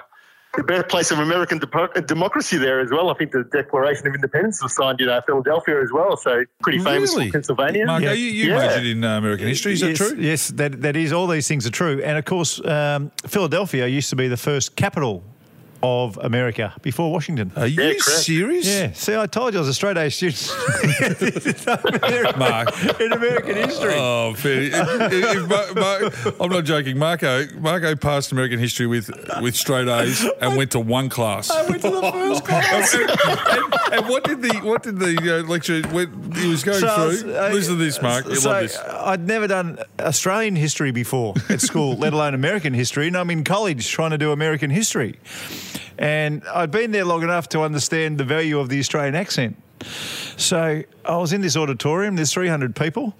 Speaker 5: the birthplace of American de- democracy there as well. I think the Declaration of Independence was signed in uh, Philadelphia as well. So pretty famous
Speaker 2: Really?
Speaker 5: for Pennsylvania.
Speaker 2: Mark,
Speaker 1: Yeah.
Speaker 2: are you, you
Speaker 5: Yeah.
Speaker 2: majored in uh, American history. Is that
Speaker 1: yes,
Speaker 2: true?
Speaker 1: Yes, that, that is. All these things are true. And of course, um, Philadelphia used to be the first capital of America before Washington.
Speaker 2: Are you
Speaker 5: correct.
Speaker 2: serious?
Speaker 1: yeah, see, I told you I was a straight A student
Speaker 2: Mark.
Speaker 1: in American history.
Speaker 2: Oh, fair. If, if, if Mar- Mar- I'm not joking. Marco Marco passed American history with, with straight A's and went to one class.
Speaker 1: I went to the first class.
Speaker 2: and, and- and what did the what did the uh, lecturer when he was going
Speaker 1: So I was-
Speaker 2: through?
Speaker 1: I-
Speaker 2: Listen to this, Mark. You
Speaker 1: uh, so uh,
Speaker 2: love this.
Speaker 1: I'd never done Australian history before at school, let alone American history, and I'm in college trying to do American history. And I'd been there long enough to understand the value of the Australian accent. So I was in this auditorium, there's 300 people.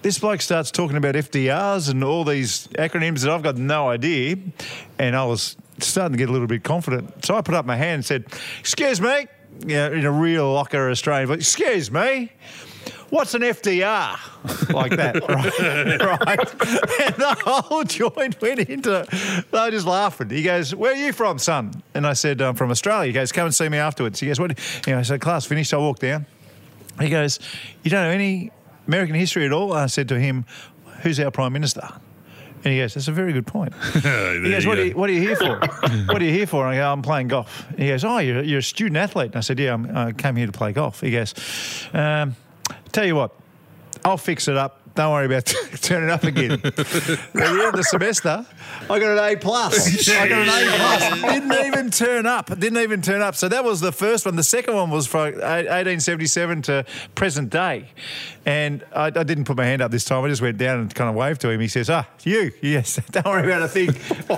Speaker 1: This bloke starts talking about FDRs and all these acronyms that I've got no idea. And I was starting to get a little bit confident. So I put up my hand and said, Excuse me, you know, in a real locker Australian voice, Excuse me, what's an FDR? Like that, right? right? And the whole joint went into, they were just laughing. He goes, where are you from, son? And I said, I'm from Australia. He goes, come and see me afterwards. He goes, what? You know, I said, class finished. I walked down. He goes, you don't know any American history at all? I said to him, who's our prime minister? And he goes, that's a very good point. He goes, what, Are you, what are you here for? what are you here for? And I go, I'm playing golf. And he goes, oh, you're, you're a student athlete. And I said, yeah, I'm, I came here to play golf. He goes, um, tell you what, I'll fix it up. Don't worry about turning up again. At the end of the semester, I got an A plus. I got an A plus. Didn't even turn up. Didn't even turn up. So that was the first one. The second one was from 1877 to present day, and I, I didn't put my hand up this time. I just went down and kind of waved to him. He says, "Ah, you? Yes. Don't worry about a thing.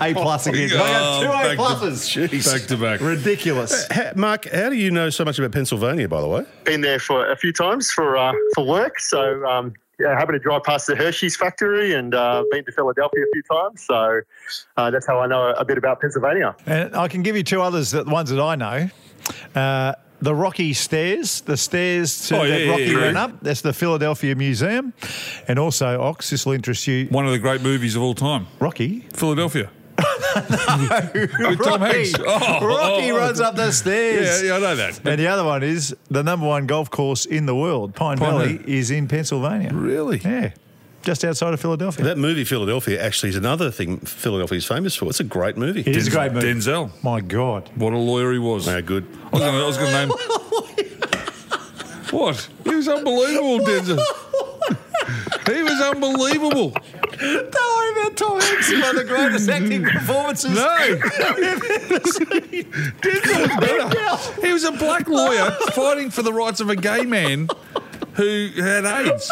Speaker 1: A plus again. I got two
Speaker 2: Oh,
Speaker 1: A
Speaker 2: back to-
Speaker 1: pluses.
Speaker 2: Back to back.
Speaker 1: Ridiculous.
Speaker 3: Ha- Mark, how do you know so much about Pennsylvania, by the way?
Speaker 5: Been there for a few times for uh, for work. So um, yeah, happy to drive past the Hershey's factory and uh, been to Philadelphia a few times. So uh, that's how I know a bit about Pennsylvania.
Speaker 1: And I can give you two others, that, the ones that I know. Uh, the Rocky Stairs, the stairs to
Speaker 2: Oh,
Speaker 1: that
Speaker 2: yeah,
Speaker 1: Rocky
Speaker 2: yeah,
Speaker 1: ran
Speaker 2: yeah.
Speaker 1: up. That's the Philadelphia Museum. And also, Ox, this will interest you.
Speaker 2: One of the great movies of all time,
Speaker 1: Rocky.
Speaker 2: Philadelphia.
Speaker 1: Rocky,
Speaker 2: Tom Hanks. Oh,
Speaker 1: Rocky
Speaker 2: oh.
Speaker 1: runs up the
Speaker 2: Yeah,
Speaker 1: stairs.
Speaker 2: yeah, I know that.
Speaker 1: And the other one is the number one golf course in the world, Pine,
Speaker 2: Pine
Speaker 1: Valley,
Speaker 2: Valley.
Speaker 1: is in Pennsylvania.
Speaker 2: Really?
Speaker 1: Yeah, just outside of Philadelphia.
Speaker 3: That movie, Philadelphia, actually is another thing Philadelphia is famous for. It's a great movie.
Speaker 1: It is a great movie.
Speaker 2: Denzel.
Speaker 1: My God.
Speaker 2: What a lawyer he was.
Speaker 3: No, good.
Speaker 2: I was gonna- I was going to name. what? He was unbelievable, Denzel. he was unbelievable.
Speaker 1: Don't worry about Tom Hanks. One of the greatest acting performances.
Speaker 2: No,
Speaker 1: Denzel was better.
Speaker 2: he was a black lawyer fighting for the rights of a gay man who had AIDS.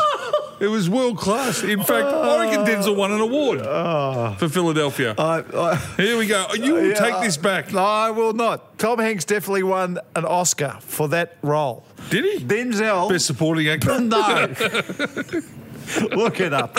Speaker 2: It was world class. In fact, I reckon Denzel won an award for Philadelphia. Here we go. You will
Speaker 1: Ah. Yeah,
Speaker 2: take this back.
Speaker 1: No, I will not. Tom Hanks definitely won an Oscar for that role.
Speaker 2: Did he?
Speaker 1: Denzel.
Speaker 2: Best supporting actor.
Speaker 1: no. Look it up.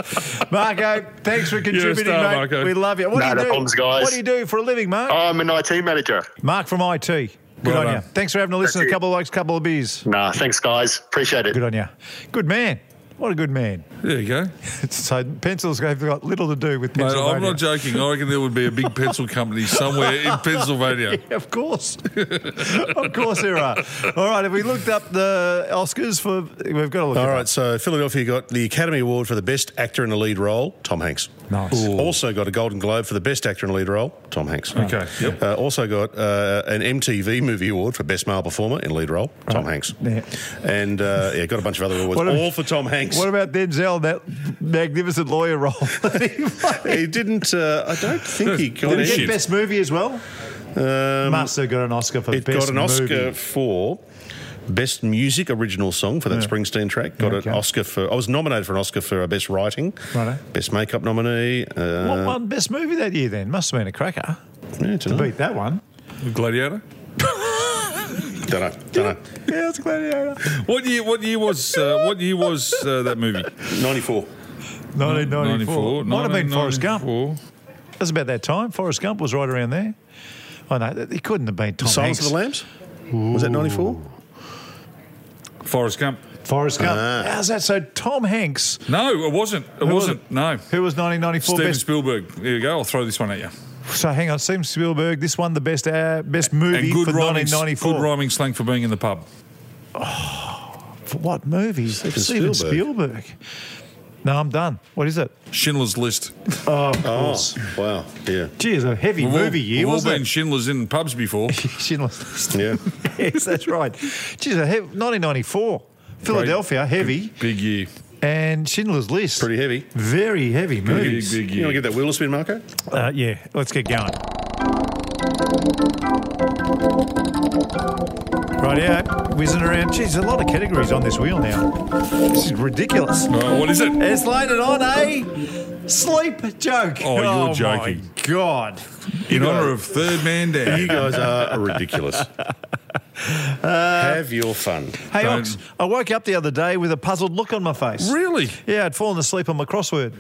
Speaker 1: Marco, thanks for contributing,
Speaker 2: star,
Speaker 1: mate.
Speaker 2: Marco.
Speaker 1: We love you. What
Speaker 5: No,
Speaker 1: do you
Speaker 5: no
Speaker 1: do?
Speaker 5: problems, guys. Uh,
Speaker 1: What do you do for a living, Mark?
Speaker 5: I'm an IT manager.
Speaker 1: Mark from IT. Good
Speaker 2: Well
Speaker 1: on
Speaker 2: done.
Speaker 1: you. Thanks for having a listen. A
Speaker 5: Thank you.
Speaker 1: couple of likes, couple of beers.
Speaker 5: Nah, thanks guys, appreciate it.
Speaker 1: Good on you. Good man. What a good man.
Speaker 2: There you go.
Speaker 1: so pencils have got little to do with
Speaker 2: Mate,
Speaker 1: Pennsylvania.
Speaker 2: I'm not joking. I reckon there would be a big pencil company somewhere in Pennsylvania.
Speaker 1: Yeah, of course. of course there are. All right, have we looked up the Oscars for we've got to look
Speaker 3: All
Speaker 1: it
Speaker 3: right, so Philadelphia got the Academy Award for the Best Actor in a Lead Role, Tom Hanks.
Speaker 1: Nice. Ooh.
Speaker 3: Also got a Golden Globe for the Best Actor in a Lead Role, Tom Hanks.
Speaker 2: Okay, yep.
Speaker 3: Uh, also got uh, an MTV Movie Award for Best Male Performer in Lead Role, Tom Hanks.
Speaker 1: Yeah.
Speaker 3: And uh, yeah, got a bunch of other awards,
Speaker 1: What ab-
Speaker 3: all for Tom Hanks.
Speaker 1: What about Denzel, that magnificent lawyer role? Did he play?
Speaker 3: he didn't. Uh, I don't think he got
Speaker 1: Did he
Speaker 3: any.
Speaker 1: get best movie as well?
Speaker 3: Um,
Speaker 1: Must have got an Oscar for
Speaker 3: It
Speaker 1: best
Speaker 3: got an Oscar
Speaker 1: movie.
Speaker 3: for Best Music Original Song for that Springsteen track. Got
Speaker 1: Okay.
Speaker 3: an Oscar for. I was nominated for an Oscar for uh, Best Writing,
Speaker 1: Righto.
Speaker 3: Best Makeup nominee. Uh,
Speaker 1: What won best movie that year then? Must have been a cracker.
Speaker 3: yeah, dunno.
Speaker 1: Beat that one.
Speaker 2: Gladiator.
Speaker 3: Dunno, dunno.
Speaker 1: Yeah, it's Gladiator.
Speaker 2: What year? What year was? Uh, what year was uh, that movie?
Speaker 3: 94.
Speaker 1: 1994. Might have been Forrest Gump.
Speaker 2: 1994.
Speaker 1: That was about that time. Forrest Gump was right around there. Oh, I know. It couldn't have been Tom
Speaker 3: Silence
Speaker 1: Hanks.
Speaker 3: of the Lambs? Was that 94?
Speaker 2: Forrest Gump.
Speaker 1: Forrest Gump.
Speaker 3: Ah.
Speaker 1: How's that? So Tom Hanks,
Speaker 2: No, it wasn't. It
Speaker 1: Who was
Speaker 2: wasn't.
Speaker 1: it?
Speaker 2: No.
Speaker 1: who was 1994
Speaker 2: Steven
Speaker 1: best
Speaker 2: Spielberg. Here you go. I'll throw this one at you.
Speaker 1: So hang on, Steven Spielberg. This won the best uh, best movie
Speaker 2: And good
Speaker 1: for
Speaker 2: rhyming,
Speaker 1: 1994.
Speaker 2: good rhyming slang for being in the pub.
Speaker 1: For what movie? Steven, Spielberg. No, I'm done. What is it?
Speaker 2: Schindler's List.
Speaker 3: Oh, wow. Yeah.
Speaker 1: Geez, a heavy
Speaker 2: We've all-
Speaker 1: movie year,
Speaker 2: We've all
Speaker 1: wasn't
Speaker 2: been Schindler's in pubs before.
Speaker 1: it? Schindler's List.
Speaker 3: Yeah.
Speaker 1: yes, that's right. Geez, a hev- 1994. Philadelphia, heavy,
Speaker 2: Big year.
Speaker 1: and Schindler's List.
Speaker 3: Pretty heavy.
Speaker 1: Very heavy
Speaker 2: Big,
Speaker 1: movies.
Speaker 2: big
Speaker 3: You want to
Speaker 2: year.
Speaker 3: give that wheel a spin, Marco?
Speaker 1: Uh, yeah, let's get going. Right, yeah, whizzing around. Geez, a lot of categories on this wheel now. This is ridiculous.
Speaker 2: Oh, what is it?
Speaker 1: It's later on a sleep joke.
Speaker 2: Oh, you're
Speaker 1: my
Speaker 2: joking.
Speaker 1: God.
Speaker 2: In honour of Third Man Down.
Speaker 3: You guys are ridiculous. Have your fun.
Speaker 1: Hey,
Speaker 2: Don't-
Speaker 1: Ox, I woke up the other day with a puzzled look on my face.
Speaker 2: Really?
Speaker 1: Yeah, I'd fallen asleep on my crossword.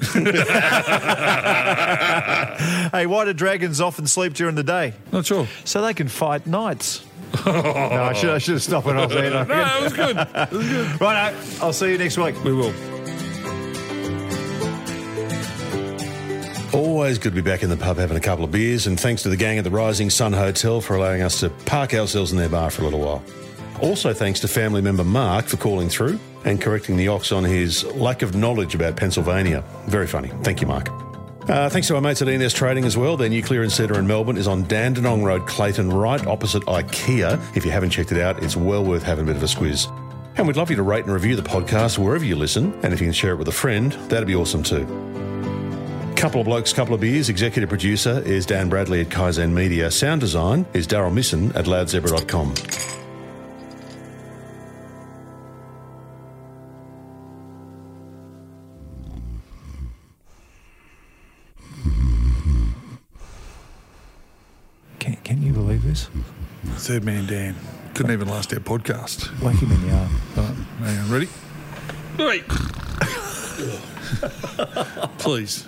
Speaker 1: hey, why do dragons often sleep during the day?
Speaker 2: Not sure.
Speaker 1: So they can fight nights. No, Oh, I should, I should have stopped when I was there. I
Speaker 2: No,
Speaker 1: forget.
Speaker 2: that was good. That was good.
Speaker 1: Righto, I'll see you next week.
Speaker 2: We will.
Speaker 3: Always good to be back in the pub having a couple of beers, and thanks to the gang at the Rising Sun Hotel for allowing us to park ourselves in their bar for a little while. Also, thanks to family member Mark for calling through and correcting the ox on his lack of knowledge about Pennsylvania. Very funny. Thank you, Mark. Uh, thanks to our mates at ENS Trading as well. Their new clearance centre in Melbourne is on Dandenong Road, Clayton, right opposite IKEA. If you haven't checked it out, it's well worth having a bit of a squiz. And we'd love you to rate and review the podcast wherever you listen, and if you can share it with a friend, that'd be awesome too. Couple of Blokes, Couple of Beers, executive producer is Dan Bradley at Kaizen Media. Sound design is Daryl Misson at loudzebra.com.
Speaker 1: Can, can you believe this?
Speaker 2: Third man Dan. Couldn't even last our podcast.
Speaker 1: Whack him in the arm.
Speaker 2: Right, hang on, ready? Wait. Please.